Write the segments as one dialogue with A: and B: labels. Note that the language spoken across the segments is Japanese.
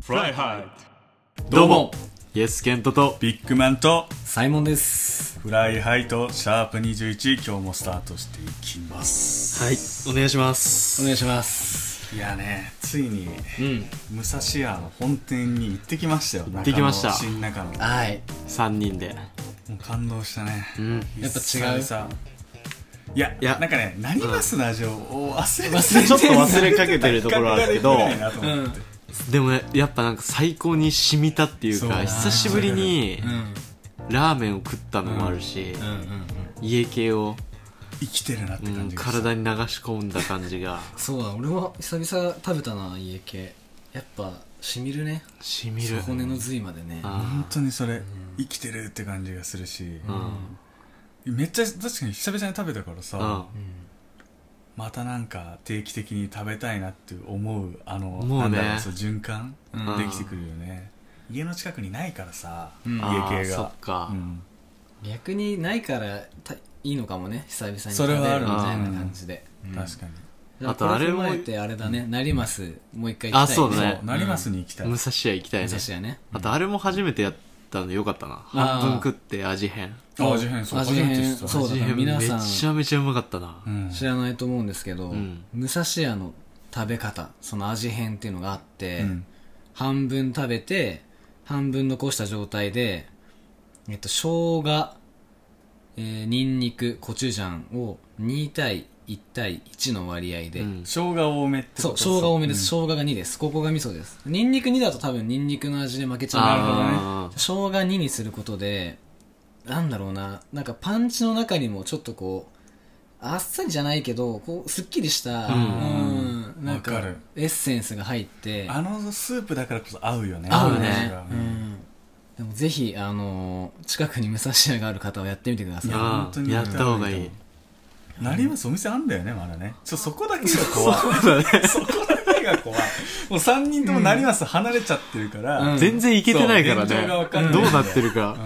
A: フライハイ
B: どうもイエスケントと
A: ビッグマンと
C: サイモンです。
A: フライハイとシャープ21今日もスタートしていきます
B: はいお願いします
C: お願いします。
A: いやねついに
B: うん
A: 武蔵屋の本店に行ってきましたよ行
B: ってきました
A: 新中野も
C: はい。
B: 3人で
A: う感動したね
B: うん
C: やっぱ違う
A: さいやい
B: い
A: や
B: や
A: なんかね「なりますラジオ」を忘れ
C: 忘れ
B: ちょっと忘れかけてるところあるけど
A: 企画ができないなと思って
B: でもやっぱなんか最高に染みたっていう
A: そう
B: か久しぶりに
C: うん。うん
B: ラーメンを食ったのもあるし、
C: うん。
B: 家系を、
A: 生きてるなって
B: う
A: 感
B: ん、
A: じがした
B: 体に流し込んだ感じが
C: そうだ、俺も久々食べたな、家系。やっぱ、しみるね。
B: しみる
C: 骨の髄までね。
B: あ
A: 本当にそれ生きてるって感じがするし
B: ーう
A: めっちゃ確かに久々に食べたからさ、
B: ん
A: またなんか定期的に食べたいなって思うあの
B: 思うね
A: なんだろそう循環、
C: うん
A: できてくるよね家の近くにないからさ、
C: うん
A: 家
B: あー
A: 系
B: そ
A: が
B: っか、
A: うん
C: 逆にないからたいいのかもね、久々に
A: そ
C: 食
A: れ
C: べるみ
A: はあ
C: た
A: る
C: い
A: ね
C: な感じで。
A: 確かに、
B: あとあれも
C: も。ってあれだね、なります。もう一回行きたい、
B: あそうだね
A: そうなりますに行きたい、
B: 武蔵屋行きたいね
C: 武蔵屋ね。
B: あとあれも初めてやったのよかったな
C: あー
B: 半分食って味変
A: あ味変そう
C: 味
A: 初めて
C: 変
A: 知った
C: そうだ
B: 味
C: から
B: 変め
C: 皆さん
B: ちゃめちゃうまかったな、
A: うん
C: 知らないと思うんですけど、
B: うん
C: 武蔵屋の食べ方その味変っていうのがあって、
A: うん
C: 半分食べて半分残した状態でえっと生姜えー、ニンニクコチュジャンを2対1対1の割合で、
B: うん
A: 生姜多めって
C: そう
A: こと
C: 生姜多めです、
A: うん
C: 生姜が2ですここが味噌ですニンニク2だと多分ニンニクの味で負けちゃう
A: なるほどね
B: あ
C: 生姜2にすることでなんだろうななんかパンチの中にもちょっとこうあっさりじゃないけどこうすっきりした、
A: うん
C: うんなん
A: わ
C: か
A: かる
C: エッセンスが入って
A: あのスープだからこそ合うよね
C: 合う
A: 味
C: ね
A: が、
C: うんでもぜひ、あのー近くに武蔵屋がある方はやってみてくださ
A: い
C: い
A: や
B: あー
A: 本当に
B: やった方がいい
A: なりますお店あんだよねまだねちょそこだけが怖い そこだけが怖いもう3人ともなります離れちゃってるから、
C: うん
B: 全然いけてないから
A: そう現状がわかん
B: ね
A: ない
B: どうなってるか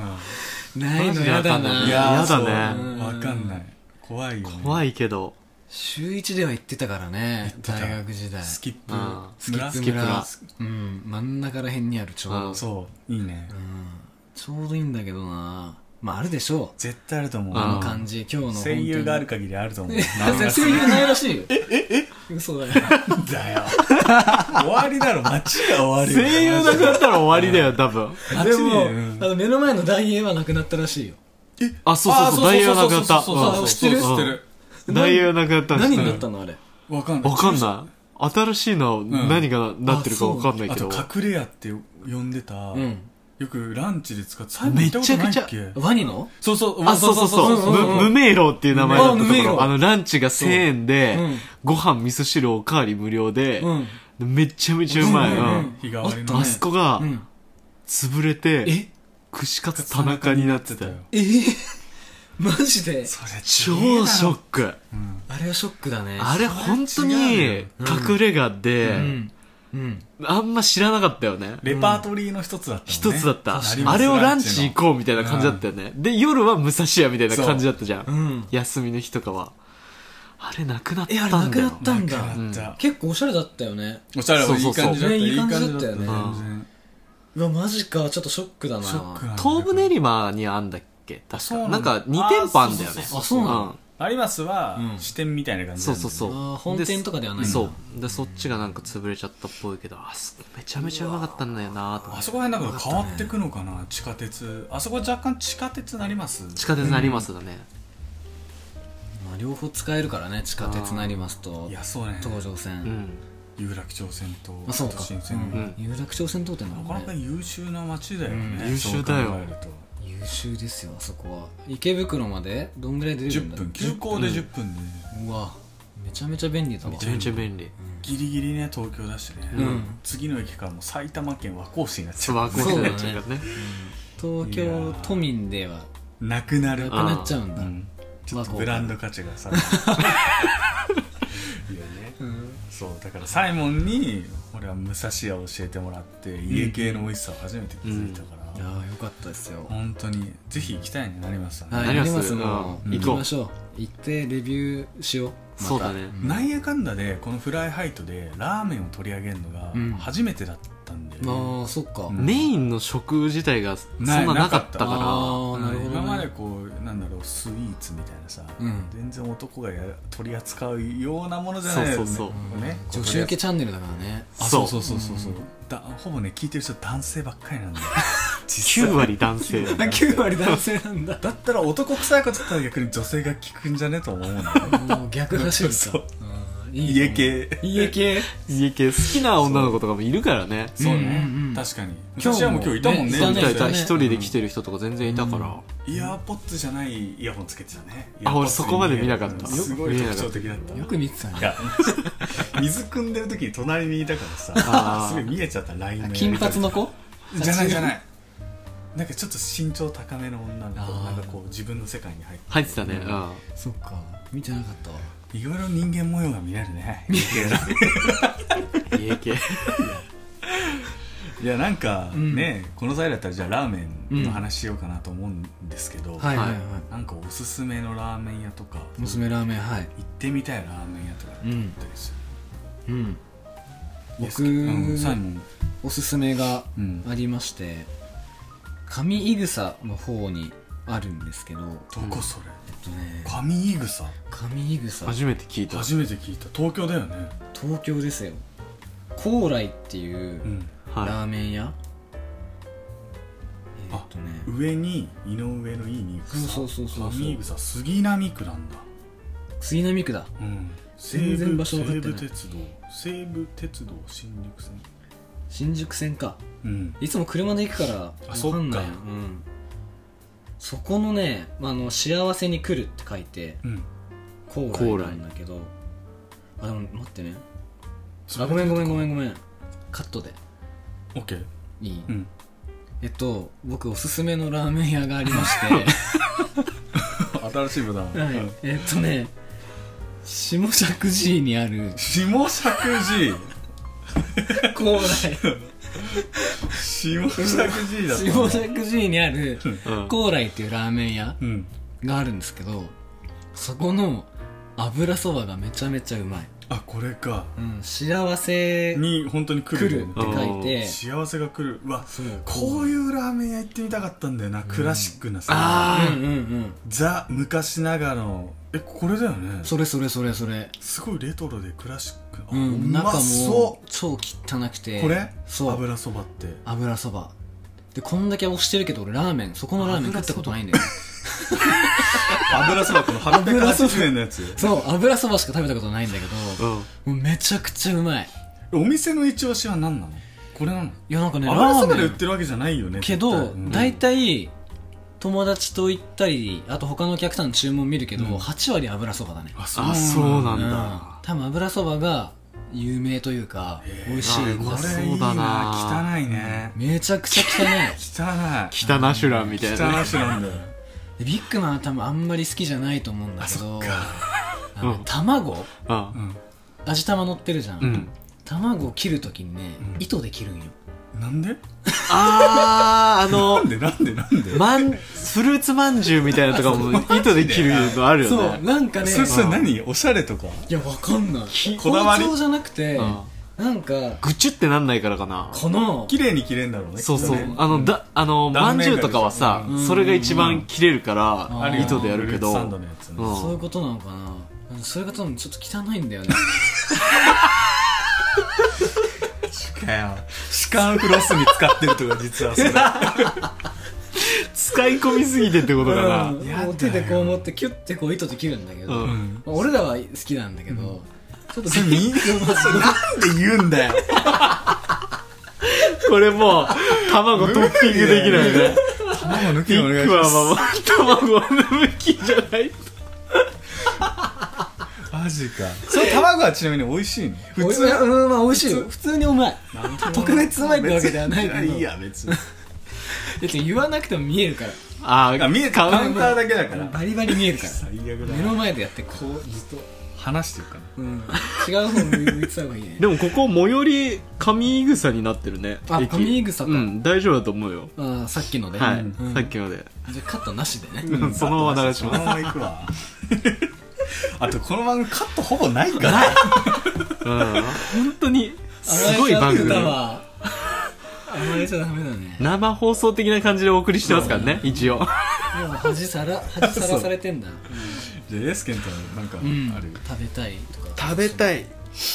C: ないのやだ
B: マ
C: な
B: ジでわかんないやだね
A: そうわかんない怖いよね
B: 怖
A: い
B: いけど
C: 週1では行ってたからね
A: ってた
C: 大学時代
A: スキップ
B: うん
A: 村
C: スキップ村うん真ん中ら辺にあるちょうど、
B: うん
A: そういいね、
C: ちょうどいいんだけどなまああるでしょ
A: 絶対あると思う、
B: うん
C: うあの感じ今日の本当
A: 声
C: に
A: 優がある限りあると思う
C: あ
A: 何が
C: 声優ないらしいよ。え、え、え嘘だよ。
A: なんだ よ終わりだろ街が終わり
B: 声優なくなったら終わりだよ多分
C: で
A: 街に
C: も、
A: うん
C: あの、目の前の大英はなくなったらしいよ。
B: あそうそうそう
A: あ
B: ダイヤなくなった
A: そうそうそうそう
C: 知ってる
A: そうそう知ってる
B: うんダイヤなくなった
C: 何に
B: わ
C: なったのあれ。
A: わかんない
B: かんない新しいの何がなってるかわかんない
A: あ
B: けど
A: と隠れ家って呼んでた、
C: うん。
A: よくランチで使って最後行ったことないっけ
B: めちゃ
C: ワニの
A: そうそう
B: あそうそうそう
C: そうそうそう
B: む無名楼っていう名前だったと
C: あ無名
B: こ
C: 楼
B: ろあのランチが1000円で
C: うん
B: ご飯味噌汁おかわり無料で
C: うん。
B: めちゃめちゃうまい
C: うん
B: うん
A: 日替わりの
B: あそこが
C: うん。
B: 潰れて
C: え
B: 串カツ田中になってたよ
C: えー マジで
A: それ
B: 超ショック
C: あれはショックだね。
B: あれ本当に隠れ家
C: う
B: で
C: ん。うん。
B: あんま知らなかったよね
A: レパートリーの一つだったもんね
B: 一つだった
A: 確かに
B: あれをランチ行こうみたいな感じだったよねで夜は武蔵屋みたいな感じだったじゃ
C: うんん。
B: 休みの日とかはあれなくなった
C: え、あれな
B: だ
C: んくな
B: よ
C: ったんだ
A: な。くなった
C: 結構おしゃれだったよね。
A: おしゃれ
B: そ
A: も
B: う
A: い
B: そ
A: い
B: うそう
A: 感じだった
C: ねいい感じだったよね
A: 全然
C: うわ、マジか。ちょっとショックだな。
A: ショックなんだ
B: 東武練馬にあんだっけ確
A: そうな
B: か
A: んだ
B: なんか2店舗あんだよね
C: あそうなの
A: 有松は
C: うん
A: 支店みたいな感じ
B: そ
A: なん
B: う
A: だ
B: そうそう
C: あー本店とかではないんだ
B: そうでそっちがなんか潰れちゃったっぽいけどあそこめちゃめちゃうまかったんだよなと思
A: あ
B: って
A: そこら辺なんか変わってくのかな地下鉄あそこ若干地下鉄なります
B: 地下鉄なりますだね
C: まあ、両方使えるからね、地下鉄なりますと
A: い、やそうね
C: 東上線。
B: うん
A: 有楽町線と
C: あそう
A: 新
C: か、
A: 線
B: うん
C: 有楽町線通ってんだ
A: な
C: も
A: かなんか
C: ね
A: 優秀な街だよ
B: う
A: ね
B: ん優秀だよ
A: そう考えると
C: 優秀ですよあそこは池袋までどんぐらいで出る
A: 10
C: んだ
A: 分急行で10分で
C: うわめちゃめちゃ便利だわ
B: めちゃめちゃ便利
A: ギリギリね東京だしね
C: うん
A: 次の駅からもう埼玉県和光市になっち
B: そ
A: ゃ
B: う
A: う
B: ワークホームになっちゃうからね
C: 東
A: いや
C: 京
A: ー
C: 都民では
A: なくなる
C: なくなっちゃうんだ
A: うんちょ
C: 和
A: っと
C: 光
A: ブランド価値がさいやね
C: うん
A: そうだからサイモンに俺は武蔵屋を教えてもらって家系の美味しさを初めて気づいたから、
C: いやーよかったですよ
A: 本当にぜひ行きたいねなりましたね、
C: はい
B: あり
C: や
B: が
C: り
B: とうござい
C: ます
B: ます
C: も
B: う
C: うん行きましょう行ってレビューしようまた
B: そうだね
A: なんやかんだでこの「フライハイト」でラーメンを取り上げるのが
C: うん
A: 初めてだったったんで、
C: まあそっか、
A: うん
B: メインの食自体がそんななかった
C: な
B: か
C: かあーなるほどね
A: 今までこうなんだろうスイーツみたいなさ、
C: うん
A: 全然男がや取り扱うようなものじゃない
B: そうそうそう
A: ねね
C: 女子受けチャンネルだからね
A: あ
B: そ
A: そううそうそうそうそう、
C: うん
A: だほぼね聞いてる人男性ばっかりなんだよ
B: ら9割男 性
A: あ
C: 9割男性なん だ
A: だったら男臭いことだったら逆に女性が聞くんじゃねと思うんだよね
C: もう逆走るか
A: そう
C: うんいいと
A: 家
C: 思う
A: 系
C: 家系
B: 家系好きな女の子とかもいるからね
A: そうね、
C: うんうんうん
A: 確かに
C: 今日
A: 昔は
C: も
A: もう今日いたもんね
C: ね
B: そう
C: い
B: い
C: た
B: た
C: ね
B: いた
C: いたね
B: 一人で来てる人とか全然いたから
A: イヤーポッツじゃないイヤホンつけてたね
B: あ俺そこまで見なかった
A: すごい特徴的だった
C: よく見てた
A: い
C: ね
A: や 水汲んでる時に隣にいたからさ
B: あー
A: すごい見えちゃったラインのやり
C: 金
A: 方
C: 髪の子
A: じゃないじゃ
C: い
A: ないなんかちょっと身長高めの女の子
C: あー
A: なんかこう自分の世界に入って
B: 入ってたねうん
C: そっか見てなかったわ
A: いろいろ人間模様が見れるね
B: 家系
A: いやなんか
C: うん
A: ね、この際だったらじゃあラーメンの話しようかなと思うんですけど、
C: はいはいはい、
B: は
A: なんかおすすめのラーメン屋とか行
C: 娘ラーメンはい
A: ってみたいラーメン屋とかあった
C: うん
A: りする
C: うん僕、
A: うん、サイモン、
C: おすすめが
A: うん、
C: ありまして上井草の方にあるんですけど
A: どこそれ、
C: えっとね
A: 神井草
C: 上井草
B: 初めて聞いた
A: 初めて聞いた東京だよね
C: 東京ですよ高麗っていう、
A: うん
B: は
C: ラーメン屋え
A: あ
C: ーっとね
A: 上に井上のいいに草
C: そうそうそうそうそう
A: 上井草杉並区なんだ
C: 杉並区だ
A: うん
C: 全然場所分かってない
A: 西武鉄道西武鉄道新宿線
C: 新宿線か
A: うん
C: いつも車で行くから
A: あそっ
C: 分
A: か
C: かんないようん、そこのね「まああの幸せに来る」って書いて
A: うん
C: 高
B: 高
C: 麗
B: 麗
C: なんだけどあでも待ってねあごめんごめんごめんごめんカットで
A: オッケー
C: いい、
A: うん
C: えっと僕おすすめのラーメン屋がありまして、
A: 新しいボタン
C: はい、えっとね下尺寺にある
A: 下尺寺
C: 高麗
A: 下尺寺だった
C: 下尺寺にある
B: いうん
C: 高麗っていうラーメン屋
A: うん
C: があるんですけどそこの油そばがめちゃめちゃうまい、
A: あこれか
C: うん、幸せ
A: に本当に来
C: 来
A: る
C: る
A: よ
C: っ
A: ね
C: て書いて
A: 幸せが来るうわ
C: そう
A: こういうラーメン屋行ってみたかったんだよな、クラシックなさ
B: あ
C: うんうんうん
A: ザ昔ながらのえこれだよね
C: それそれそれそれ
A: すごいレトロでクラシックあ
C: うん
A: うま
C: 中
A: そ
C: も超汚くて
A: うこれ
C: そう
A: 油そばって
C: 油そばでこんだけ押してるけど俺ラーメンそこのラーメン食ったことない んだよ
A: 油そばこの
C: 油そば
A: 880円のやつ
C: そう油そばしか食べたことないんだけ
B: う
C: ど
B: ん
C: もうめちゃくちゃうまい
A: お店の一押しは何なのこれなの
C: いやなんかねラ
A: 油そば
C: ー
A: で
C: メ
A: 売っ
C: ン
A: てるわけじゃないよね
C: け
A: 絶
C: ど
A: 対うん
C: 大体、友達と行ったりあと他のお客さんの注文見るけど、
A: うん
C: 8割油そばだね
A: あそう
B: あそう
A: なだ
B: なんん
C: うん
B: だ
C: 多分油そばが有名というか美味しい
B: あー
A: これい
B: そう
A: いな
B: だな
A: 汚いね
C: めちゃくちゃ汚い
A: 汚い
B: 北ナシュランみたいな
A: 汚
B: ね
A: いしなんだよ
C: でビッグマンは多分あんまり好きじゃないと思うんだけどあの
B: うん
C: 卵
B: うん
C: 味玉乗ってるじゃん、
B: うん
C: 卵を切るときにね、
A: うん
C: 糸で切るんよ
A: なんで
B: あーあの
A: なんでなんでなんで
B: まんフルーツまんじゅうみたいなとか も糸で切るのあるよ
C: そう
B: ね
C: なんかね
A: それそれ何おしゃれとか
C: いやわかんない
A: こだわり
C: 包丁じゃなくて、
B: うん
C: なんか
B: ぐちゅってなんないからかな
C: この
A: 綺麗に切れんだろうね
B: そうそう
A: きっとね
B: あのだあのま
A: 断面が
B: んじゅうとかはさ
A: う
B: それが一番切れるか
C: ん
B: ら
A: あるよね
B: 糸でやるけ
A: フルーツ
B: ど
A: サンドのやつね
B: うん
C: そういうことなのかなうんそれが多分ちょっと汚いんだよね
A: かよ歯間フロスに使ってるとか実はそれ
B: 使い込みすぎてってことかな
C: うん
A: やだよ
C: もう手でこう持ってキュッてこう糸で切るんだけど、
B: うん
A: うん
C: まあ俺らは好きなんだけど、ちょっと
A: それみんなんで言うんだよ
B: これもう卵トッピングできないね
A: 卵抜き
B: ビ
A: でお願
B: ッ
A: いし
B: グ
A: ま
B: は
A: す
B: まあ卵は抜きじゃない
A: マジかその卵はちなみに美味しいの普通
C: おいやうんまあ美味しいよ普通にうまい特別うまいってわけではないけど
A: いや別に
C: だって言わなくても見えるから
B: あ
A: あ
B: ー
A: 見えカウンターだけだから
C: バリバリ見えるから
A: 最悪だ
C: 目の前でやってこ
A: こうずっと話してるかな
C: う、うん、違う方向いてた方がいいね
B: でもここ最寄り上井草になってるね
C: あ
B: 駅
C: 上井草か
B: うん大丈夫だと思うよ
C: あーさっきのね、
B: はい、
C: うん
B: さっきまで
C: じゃあカットなしでね、
B: うんそのまま流します
A: そのまま行くわあとこの番組カットほぼないから
B: うん本当にすごい番組
C: 洗えちゃってたわ甘えちゃダメだね。
B: 生放送的な感じでお送りしてますからね、一応。
C: もう恥さら、恥さらされてんだ。
A: じゃあエースケンとはなんか
C: うん。
A: ある、
C: 食べたいとか。
B: 食べたい。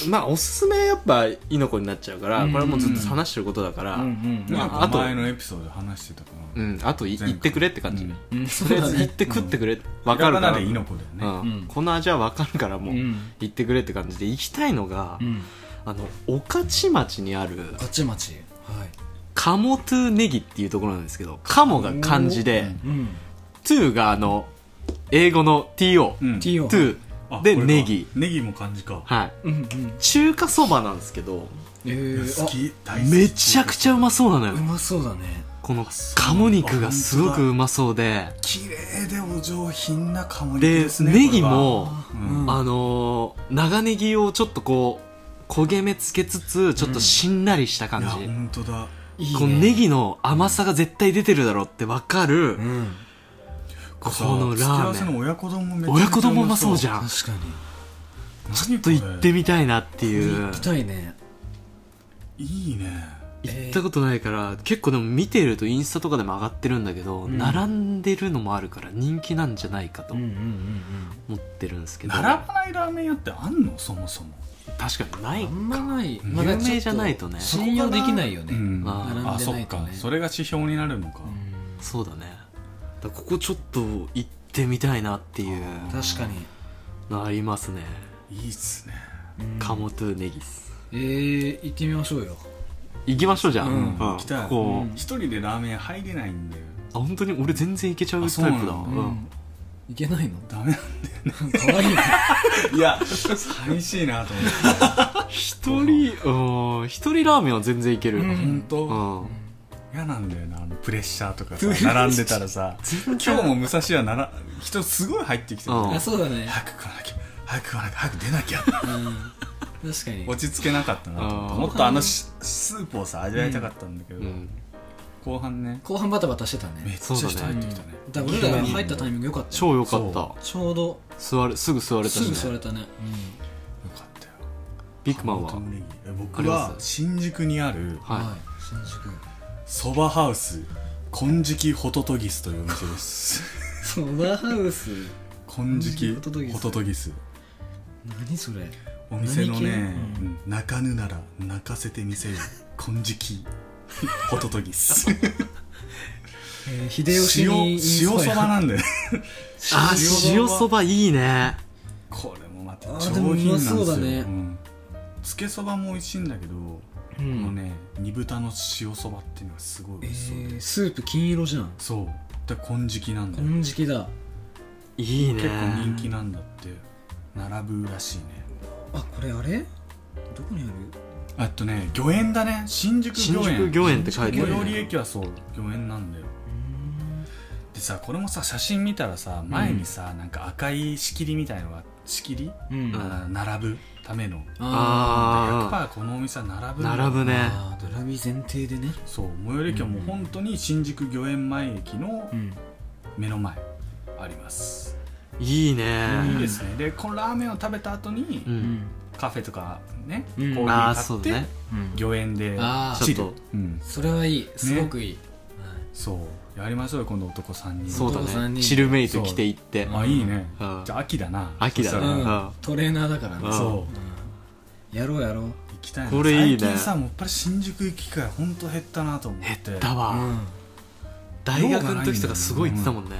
B: まあ、おすすめやっぱ、いのこになっちゃうから、
C: うん
B: これはもうずっと話してることだから、
C: うんうんうん
A: なん
B: まあ、あ
A: か
B: と、
A: 前のエピソードで話してたか
B: う
A: な、
B: ん、あとい
A: 前回
B: 言ってくれって感じ。
A: うん
B: と
C: うん、そう
B: りあ
C: だ
B: えず言っ
C: ね。
B: て食ってくれ。わかる
A: ひらが
B: から。
A: なでイノコだよね、
B: うん
C: うん
B: この味はわかるからもう、
C: うん
B: 言ってくれって感じで行きたいのが、
C: うん。
B: あの御徒町にある
C: ガチマチ。はい。
B: カモトゥネギっていうところなんですけどカモが漢字で、
C: うん。
B: トゥがあの英語の TO、
A: うん
C: T を。
B: トゥ
A: あ
B: で
A: これか
B: ネギ
A: ネギも感じか
B: はい
C: うんうん。
B: 中華そばなんですけど
C: えー、
A: 好き大好き
B: めちゃくちゃうまそうなの
C: あ、う
B: よ
C: まそうだね。
B: この鴨肉がすごくうまそうで
A: 綺麗でお上品な香り
B: で
A: ですね
B: ネギも
A: うん
B: あのー長ネギをちょっとこう焦げ目つけつつちょっとしんなりした
A: こ
B: 感
A: れ
B: じ、
A: はいや本当だ
C: いいね。
B: このネ。ギの甘さが絶対出てるだろうってわかる、
C: うん。
B: このラ
A: 付け合わせ
B: ーメ
A: の
B: ン
A: 親子丼もめちゃめちゃ
B: 親子丼もうまそうじ
A: ん
B: ゃんち
C: 確かに。
A: ちょっ
B: ょっと行ってみたいなっていう
C: 行きたいね。
A: いいね
B: 行ったことないから結構でも見てるとインスタとかでも上がってるんだけど、
C: うん
B: 並んでるのもあるから人気なんじゃないかと
C: うんうん
B: 思
C: うんうん。
B: ってるんですけど、
A: 並ばないラーメン屋ってあんのそもそも
B: 確かにない
C: あんまない。
A: ん
C: まだちょっと
B: 有名じゃないとね
C: 信用できないよね。
A: うん
B: あー
A: あ
C: 並んで
A: そ
C: な
A: っ
C: いと
A: か
C: ね。
A: それが指標になるのか
C: うん
B: そうだねだからここちょっと行ってみたいなっていう
C: 確かに。
B: のありますね
A: いいっすね
B: カモトゥネギス
C: えー、行ってみましょうよ。
B: 行きましょうじゃあ、
C: うん
A: 行きたい
B: ここ、
C: うん
A: 一人でラーメン屋入れないんだよ
B: あ本当に俺全然いけちゃう
A: あ
B: タイプ
A: そうな
B: だ、
A: の
B: う
A: うん
C: うん。行けないの
A: ダメ
C: かわいいね。
A: いや寂しいなと思って
B: 一人うん一人ラーメンは全然いける、
C: う
B: うんん
A: 本当、嫌なんだよなあのプレッシャーとかさ
C: プレッシャー
A: 並んでたらさ今日も武蔵屋なら人すごい入ってきてる、
B: うん
C: あ、そうだね。
A: 早く食わなきゃ早く食わなきゃ早く出なきゃ
C: うん。確かに。
A: 落ち着けなかったなと思った
B: うん
A: もっとあのしスープをさ味わいたかったんだけど、
B: うん
A: 後半ね
C: 後半バタバタしてた
A: めっ
C: ね。
A: ちゃ人
B: そうだ
A: 入
B: ね
A: ってきたね
C: だから俺らが入ったタイミング良かったよ。
B: 超良かった
C: ちょうど、
B: 座るすぐ座れたし、
C: す
B: ね、
C: ぐ座れたね。
A: よかったよ
B: ビッグマンは
A: 本当にえ
B: あ
A: 僕
B: りま
A: は
B: す
A: 新宿にある
C: はい
B: は。
C: 新宿。
A: そばハウス金色ホトトギスというお店です
C: ソダハウス。
A: 金色
C: 金色ホトトギス
A: ホトトギス
C: 何それ。
A: お店のね
C: 何系う、
A: うん泣かぬなら泣かせてみ せる金色ホトトギス
C: えー、秀吉
A: 塩
C: に
A: 塩
C: インスパイ
A: そ ばなんだよね
B: あー塩そばいいね
A: これもまた
C: あー
A: 上
C: でもう
A: 品なん
C: ま
A: ですよ
C: そうだね
A: んつけそばも美味しいんだけど、
C: う
A: この
C: ん。
A: ね煮豚の塩そばっていうのがすごい美
C: え
A: 味しそうで、
C: ー、スープ金色じゃん。
A: そうだから金色なんだよ、
C: 金色だ。
B: いいね
A: 結構人気なんだって並ぶらしいね
C: あ、これあれどこにある
A: あとね御苑だね新宿
B: 新
A: 御
B: 宿
A: 苑
B: 御苑って書いて
A: 最
B: る、
A: 寄り
B: ね、
A: 駅はそう御苑なんだよでさこれもさ写真見たらさ前にさ、なんか赤い仕切りみたいのが仕切り、
C: うん
B: うん
A: あー並ぶための
B: あ
A: 100%このお店は並ぶ
B: あ
A: んだ
B: 並ぶ
C: ー
B: ね
C: あー、ドラミ前提でね。
A: そう最寄り駅はもう本当に新宿御苑前駅の
C: うん。
A: 目の前あります、
B: いいね
C: うん
A: いいですねでこのラーメンを食べた後に、
B: うん、
C: うん。
A: カフェとかね、
C: うん
A: コ
B: あ
A: ー
B: あ
A: ヒ
B: そ
A: ー
B: う
A: 買
B: だ
A: っ
B: ね
A: て
C: うん
A: 御苑で
C: あー
A: チ
B: ちょ
A: ル
B: っと、
A: うん、
C: それはいい。すごくいい。はい
A: そうやりましょうよ今度男3人
B: そう
C: お父さ
B: だ
C: ん
B: ね
C: に
B: チルメイト着て行って
A: あいいね、
B: うん
A: じゃあ秋だな
B: 秋だね
A: そしたら
B: うん
C: うんトレーナーだからね
B: ん
A: そう
C: やろうやろう
A: 行きたいな
B: これいいね
A: 最近さもっぱら新宿行く機会ほんと減ったなと思って
B: 減ったわ、
C: うん
B: 大学の時とかすごい行ってたもんね、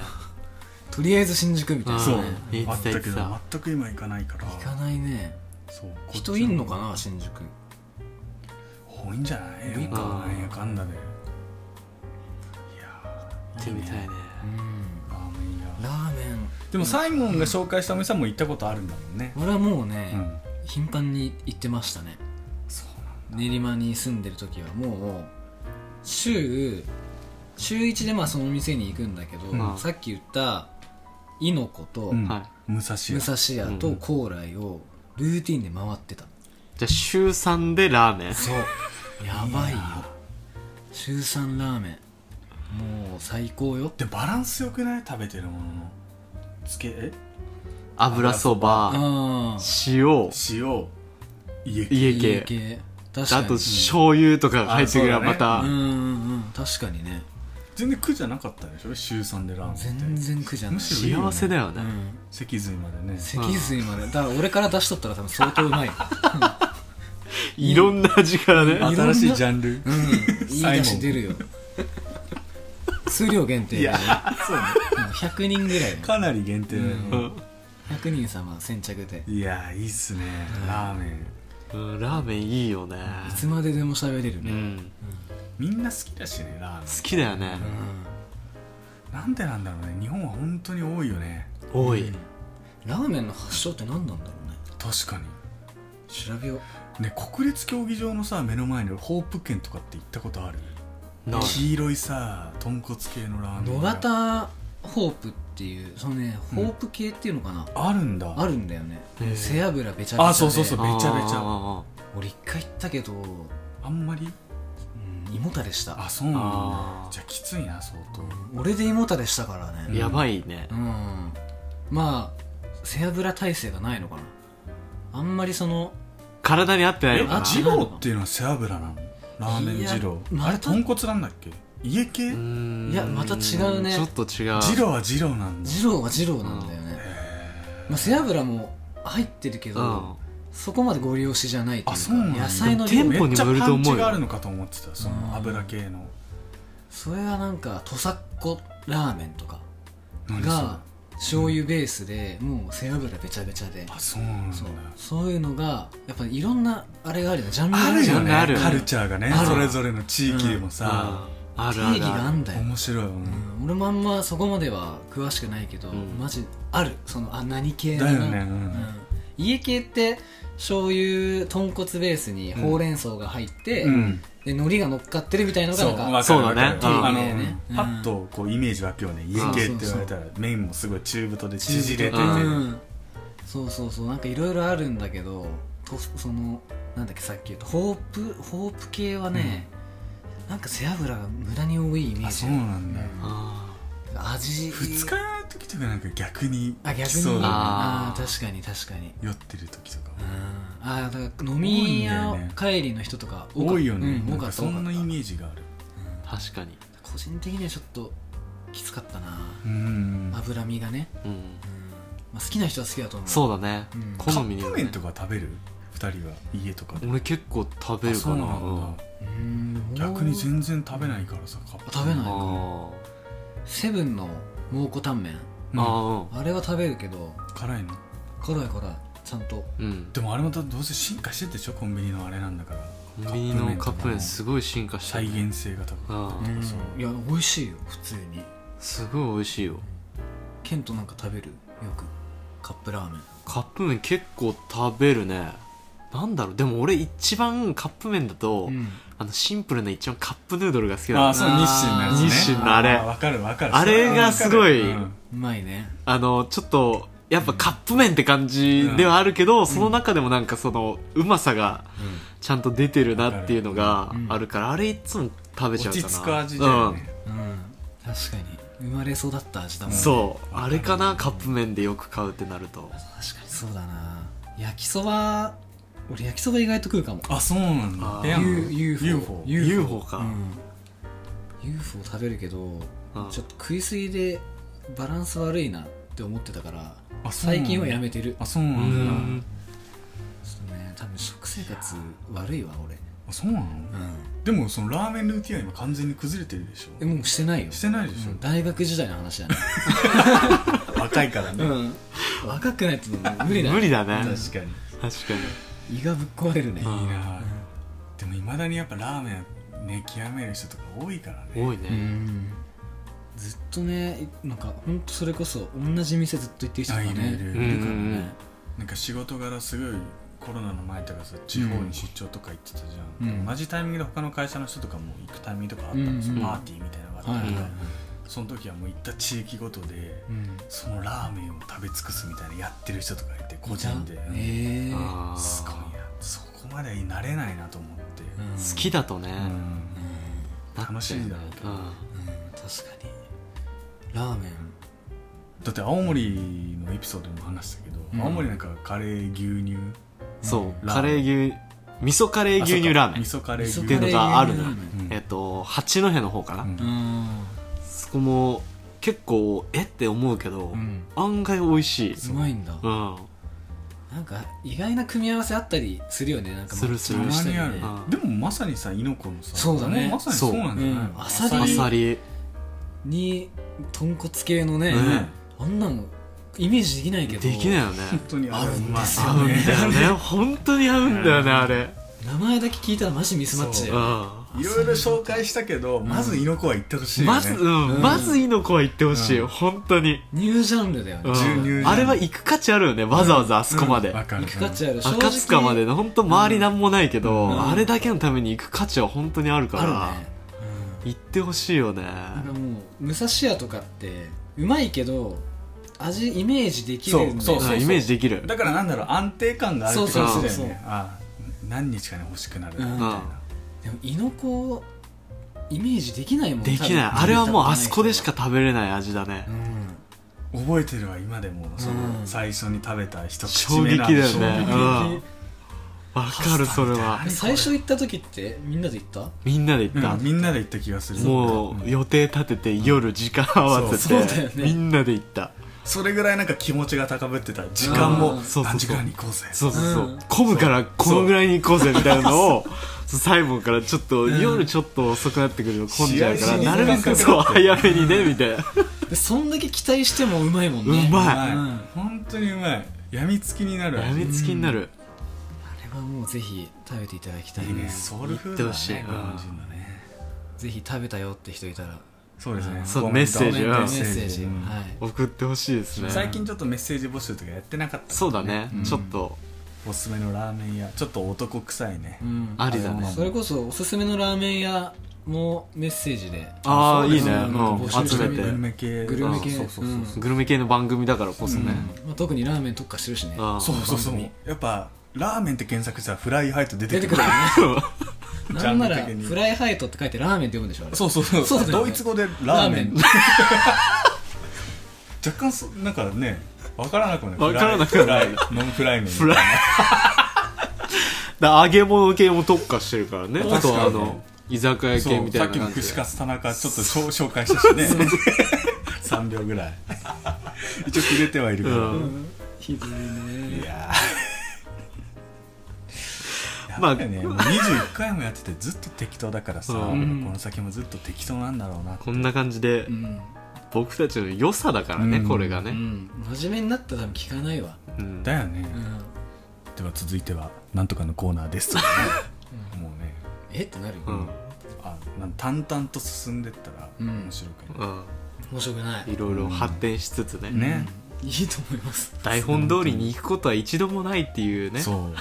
C: とりあえず新宿みたいな
A: そう
C: ね
B: 行ってた
A: あったけど
B: 行っ
A: 全く今行かないから
C: 行かないね
A: そうこっち
C: 人いんのかな新宿
A: 多いんじゃない
C: 多いか
B: な
A: なんやかんだでいや
B: 行ってみたいね
C: う
A: ー
C: ん
A: ラーメン屋
C: ラーメン
A: でもサイモンが紹介したお店はもう行ったことあるんだもんね
C: 俺はもう
A: う
C: ね
A: ん
C: 頻繁に行ってましたね
A: そうなん
C: 練馬に住んでる時はもう週週1でまあその店に行くんだけ
B: う
C: ど
B: ん
C: さっき言ったいのこと
A: うん
B: はい
A: 武蔵
C: 武
A: 屋
C: 蔵屋と高麗をルーティンで回ってた
B: じゃあ週3でラーメン
C: そう やばいよ週3ラーメンもう最高よ
A: でバランスよくない食べてるもののつけえ
B: 油そば
C: ああ
B: 塩
A: 塩家系
B: 家
C: 家
B: 系
C: 系確か
B: あ
C: に
B: と醤油とかが入ってくればまた、
C: うんうんうん確かにね
A: 全然苦じゃなかったでしょ週3でラーメンって
C: 全然苦じゃない
A: むしろいいよね
B: 幸せだよ
C: う
B: ね、
C: ん
A: 脊髄までね
C: 脊髄までだから俺から出しとったら多分相当 うまい
B: いろんな味からね、
C: ん
A: 新しいジャンル
C: うんいい
A: サイモン
C: 出汁出るよ数量限定
A: い
C: で、ね
A: や、そうね
C: うん100人ぐらいの
A: かなり限定だよね
C: う
B: うん
C: 100人様先着でい
A: いやいいっすねラーメン
B: うんラーメンいいよね
C: つまででも喋れる
B: う
C: ね、
B: ん
A: みんな好きだしねラーメ
B: 好きだよね
C: う、ん
A: ンなんでなんだろうね日本は本当に多いよね
B: 多い、
C: ラーメンの発祥って何なんだろうね
A: 確かに
C: 調べよう
A: ね国立競技場のさ目の前のホープ県とかって行ったことある
B: ない
A: 黄色いさ豚骨系のラーメン
C: 野
A: が
C: 方ホープっていうそのねホープ系っていうのかな、
A: あるんだ
C: あるんだよね
B: へえ
C: 背脂べちゃべちゃで
A: あそうそうそうべちゃべちゃ
B: あ
C: 俺一回行ったけど、う
A: あんまり
C: ん、胃もたれした
A: あそうなん
B: あ
A: だ
B: ー
A: じゃあきついな相当
C: 俺で胃もたれしたからね
B: ーやばいね
C: う、んまあ背脂耐性がないのかなあんまりその
B: 体に合ってないの
A: え
B: か
C: あ
B: な
A: 二郎っていうのは背脂なのラーメン二郎
C: いや
A: あれ
C: また
A: 豚骨なんだっけ家系
B: う
A: 二
B: ん
C: いやまた違うね
B: ちょっと違う
A: 郎は二郎なんだ
C: 二郎は二郎なんだよね、まあ、背脂も入ってるけど、
B: うん
C: そこまでご利用しじゃないというか
A: あそうなんだ
C: 野菜の
B: で
C: 量
B: も
C: も
B: 店舗
A: めっ
B: に
A: ちゃ
B: もよる
A: パ
B: と思うよ
A: ンチがあるのかと思ってたそ
C: うん
A: の油系の
C: それはなんかとさっこラーメンとか
A: 何それ
C: が醤油ベースでもう背脂べちゃべちゃで
A: あそうなんだ
C: そうそういうのがやっぱりいろんなあれがあるよねジャンルが
A: ある
C: じゃ
A: よ
C: ん
A: ね
B: ある
A: カルチャーがね
C: ある
A: それぞれの地域でも
B: うん
A: さ、
B: あ
C: 定
B: るあ
C: 義
B: る
C: があ
B: あ
C: んだよ、
A: 面白いよね
C: うん俺もあんまそこまでは詳しくないけど、
B: ん
C: マジあるそのあ何系
A: だよ
C: な
A: ねうん
C: うん家系って醤油豚骨ベースにほうれん草が入って、
A: うん
C: で海苔が乗っかってるみたいのが
A: そ
C: な
A: うん
C: か
A: わかる
B: そうだね
A: わかる
B: うん
A: あの
C: 丁寧ねうん
A: パッとこうイメージ湧くよね家系って言われたら麺もすごい中太で縮れてて
B: 中太
C: う
A: うん
C: んそうそうそうなんかいろいろあるんだけどとそのなんだっけさっき言ったホープホープ系はね、なんか背脂が無駄に多いイメー
A: あ
C: ジ
A: そうなんだ
B: るあ
C: 味
A: 二日酔いの時とかなんか逆に
C: あ逆に
A: 来そうだ
C: あ
B: あ
C: ー確かに確かに
A: ね酔ってる時とか
C: うんあーだから飲み屋帰りの人とか
A: 多いよね
C: うん
A: な
C: 多
A: ん
C: か
A: か
C: った
A: そ
C: 多か
A: ん
C: った
A: なイメージがある
B: ー確かに
C: 個人的にはちょっときつかったな
A: うん
C: 脂身がね、
B: うん
C: うんまあ、好きな人は好きだと思う
B: そうだね
C: うん
A: カ
B: 好み
A: ッ
B: によ
A: プ
B: る
A: 麺とか食べる二人は家とかで
B: 俺結構食べる
A: あそ
B: か
A: う
B: な
A: なんだ
C: うん
A: 逆に全然食べないからさカップ
C: 食べない
B: うんあ
C: セブンの蒙古タンメン
B: ーあ
C: あれは食べるけど
A: うん辛いの
C: 辛い辛いちゃんと
B: ーうん
A: でもあれまたどうせ進化してってでしょコンビニのあれなんだから
B: コンビニのカップ麺
A: とか
B: すごい進化
A: も
B: して
A: 再
B: るね
A: 現性が高く
B: うん
A: んそう
C: いや美味しいよ普通に
B: すごい美味しいよ
C: ケントなんか食べるよくカップラーメン
B: カップ麺結構食べるねなんだろうでも俺一番カップ麺だと、
C: うん
B: あのシンプルな一番カップヌードルが好
A: あ
B: きな
A: あ
B: の
A: そう日清のやつね
B: 日清のあれ
A: ーわかるわかる
B: あれがすごい
A: うん
C: うまいね
B: あのちょっとやっぱカップ麺って感じではあるけど、その中でもなんかそのうまさがちゃんと出てるなっていうのが
C: うん
B: あるから、あれいつも食べちゃ
A: 落
B: うか
A: ち
B: な
A: 着く味だよね
C: うん、確かに生まれ育った味だ
B: う
C: も
B: ん
C: ん
B: そうあれかなカップ麺でよく買うってなると
C: 確かにそうだな焼きそば俺焼きそば意外と食うかも
A: あそうなん
B: あ
A: だ
B: ー
A: ええやん
C: U- UFO
A: UFO
B: UFO か、
C: うん UFO 食べるけど
B: うん
C: ちょっと食いすぎでバランス悪いなって思ってたから
A: あそうなん
C: 最
A: だ
C: 近はやめてる
A: あそう
B: う
A: なんだ
B: ん
C: ちょっとね多分食生活悪いわ俺
A: あそうなの
C: う
A: でもそのラーメンルーティンは今完全に崩れてるでし
C: んもうしてないよ
A: してないでしょ
C: うん大学時代の話だね
A: ょ若いからね
C: ん若くないともう無理だ
B: 無理だね
A: 確かに
B: 確かに
C: 胃がぶっ壊れるね
B: うん
A: いいなあでもいまだにやっぱラーメンね極める人とか多いからね
B: 多いうね、
C: んずっとねなんかほんとそれこそ同じ店ずっと行ってる人とかね
A: あいるいる
C: いるか
B: うんう
C: ら
B: んう
C: ね
B: ん
A: なんか仕事柄すごいコロナの前とかさ地方に出張とか行ってたじゃん、
C: うん
A: 同じタイミングで他の会社の人とかも行くタイミングとかあったんですよ、
C: うん
A: パーティーみたいなのがあ
C: はい
A: った
C: は
A: り
C: い
A: とか、
C: はい
A: その時はもう行った地域ごとで
C: うん
A: そのラーメンを食べ尽くすみたいなやってる人とかいて個人で、
C: ええ
B: あー
A: すごいなそこまでなれないなと思って、
B: 好きだとね、
A: うん
B: な
A: 楽
B: っち
A: し
B: ゃうよ
A: い
B: ね
A: だろうけど、
B: うん
C: 確かにラーメン
A: だって青森のエピソードでも話したけど、
C: うん
A: 青森なんかカレー牛乳
B: そ
A: ラー
B: う
A: メン
B: カレー牛味噌カレー牛乳ラーメン
A: 味噌カレー牛
C: 味
A: 乳
B: っ
C: 噌
B: てい
C: カ
B: う
C: レ
B: の
C: ー
B: があるのよ
C: 牛乳ラーメ
A: ンうん
B: えっと八戸の方かな、
A: うん
C: うん
B: そこも結構えって思うけど、
C: うん
B: 案外美味しい、
C: うまいんだ
B: うん、
C: なんか意外な組み合わせあったりするよねなんか
B: するする
C: マッチ
A: たま
C: ング
A: に
C: した
A: ある
C: りね
B: うん
A: でもまさにさ猪子のさ
C: そうだね
A: まさにそうなんじゃない
C: そうう
A: の
C: んアサリ
B: あさり
C: に豚骨系のね、
B: ね
C: あんなのイメージできないけど
B: できないよね
A: 本当に あれ
C: 合うん
A: ま
C: です
B: 合
C: よ
B: うん
A: ね
B: だよね本当に合うんだよねあれ
C: 名前だけ聞いたらマジミスマッチだ
B: う
C: よね
B: ん
A: いろいろ紹介したけどまず猪子は行ってほしいよね
B: まず、う、
C: うんん
B: まずいの子は行ってほしい、
A: うん
B: 本当に、
C: ニュージャンルだよ
B: う
C: ね、
A: 牛乳じゃ
B: ん、
A: ん
B: あれは行く価値あるよねわざわざあそこまで、
A: わかる
C: 行く価値ある
B: 赤塚まで
C: の
B: ね本当周りなんもないけど、
C: うん
B: あれだけのために行く価値は本当にあるから
C: あるね
B: 行ってほしいよね
C: なんかもう武蔵屋とかってうまいけど味イメージできるんだよね
A: そうそう
B: うんイメージできる
A: だからなんだろう安定感があるって
B: そうそ
A: 感
B: う
A: じだ
C: そ
A: よ
C: うそう
A: ねあ何日かに欲しくなるみ
C: う
A: た
C: ん
A: いな
C: でも猪子イメージできないもん
B: できない
C: 多分
B: あれはもうあそこでしか食べれない味だね
C: う、ん
A: 覚えてるわ今でもその
C: うん
A: 最初に食べた一口
B: 衝
A: 目
B: 撃
A: の
B: だよね
A: 衝
B: うん
A: 撃
B: わ、かるそれは
A: 何
C: 最初行った時ってみんなで行った
B: みんなで行った、
A: うんみんなで行った気がする
B: もう予定立てて夜時間合わせ
C: そう
B: て
C: そうだよね
B: みんなで行った
A: それぐらいなんか気持ちが高ぶってた時間も
C: うん
B: そうそうそう
A: 何時間に行こうぜ
B: そうそうそう、
C: うん
B: 混むからこのぐらいに行こうぜみたいなのをそうサイモンからちょっと夜ちょっと遅くなってくると混んじゃうから
C: 試合
B: な
C: しに
B: るべく
A: 時
B: そう
A: 間かかる
B: 早めにねみたいな
C: でそんだけ期待してもうまいもんね
B: うまい
A: は
C: う
A: い
C: ん
A: 本当にうまいやみつきになる
B: やめつきになる、
C: あれはもうぜひ食べていただきたい
A: いいね
C: ね
A: ソウルフードだ
B: 行ってほしい
A: ね日本人のね
C: ぜひ食べたよって人いたら
A: そうですね
B: そう
A: コメント
B: メッセージ
C: コメン
B: は
C: トメッセージ、
A: うん
C: はい
B: 送ってほしいですね
A: 最近ちょっとメッセージ募集とかやってなかった
B: そうだね、
A: うん
B: ちょっと
A: おすすめのラーメン屋ちょっと男臭いね
C: うん
B: ありだね
C: それこそおすすめのラーメン屋もメッセージで
B: ああ
A: そう
B: い
A: で
B: い
A: す
B: ね、
A: ね
B: うん
C: 募集
B: 集
C: して
B: め
C: み
B: て
C: る
A: グルメ系
C: グルメ系
A: そうそうそうそう
B: グルメ系の番組だからこそね、
C: まあ、特にラーメン特化してるしね
B: うん
A: そうそうそうやっぱラーメンって検索したらフライハイト出て
C: 出
A: くる
C: て くるよね
A: ジャ
C: なん
A: ン
C: な
A: ル
C: ら
A: 的に
C: フライハイトって書いてラーメンって読むでしょあれ
A: そうそうそう
C: そうだよね
A: ドイツ語でラーメン
C: ラーメン
A: 若干そなんかね分からなくもない
B: わからなくもない
A: フライノンフライ麺
B: フライだ揚げ物系も特化してるからね
A: 確か
B: あ
A: に
B: とあの居酒屋系
A: そ
B: み
A: う
B: た
A: さ
B: い
A: っ
B: な
A: きも
B: 感じで
A: 串カツ田中ちょっとしょ紹介したしね3秒ぐらい一応切れてはいるけど、
B: うん
C: ひどい
A: い
C: ね
A: やー
B: まあ
A: やっぱりね、もう21回もやっててずっと適当だからさ、
B: うん
A: この先もずっと適当なんだろうな
B: こんな感じで
C: うん、
B: 僕たちの良さだからね、
A: うん
B: これが
C: う
B: ね、
C: ん、真面目になったら多分聞かないわ、
B: うん
A: だよね、
C: うん、
A: では続いてはなんとかのコーナーですとかねもうね
C: えってなるよ、
B: うん
A: あなん淡々と進んでったら
C: うん
A: 面白いけど、
B: う
C: 面白くない
B: ん、いろいろ発展しつつね、
A: ね、
C: いいと思います
B: 台本通りに行くことは一度もないっていうね
A: そう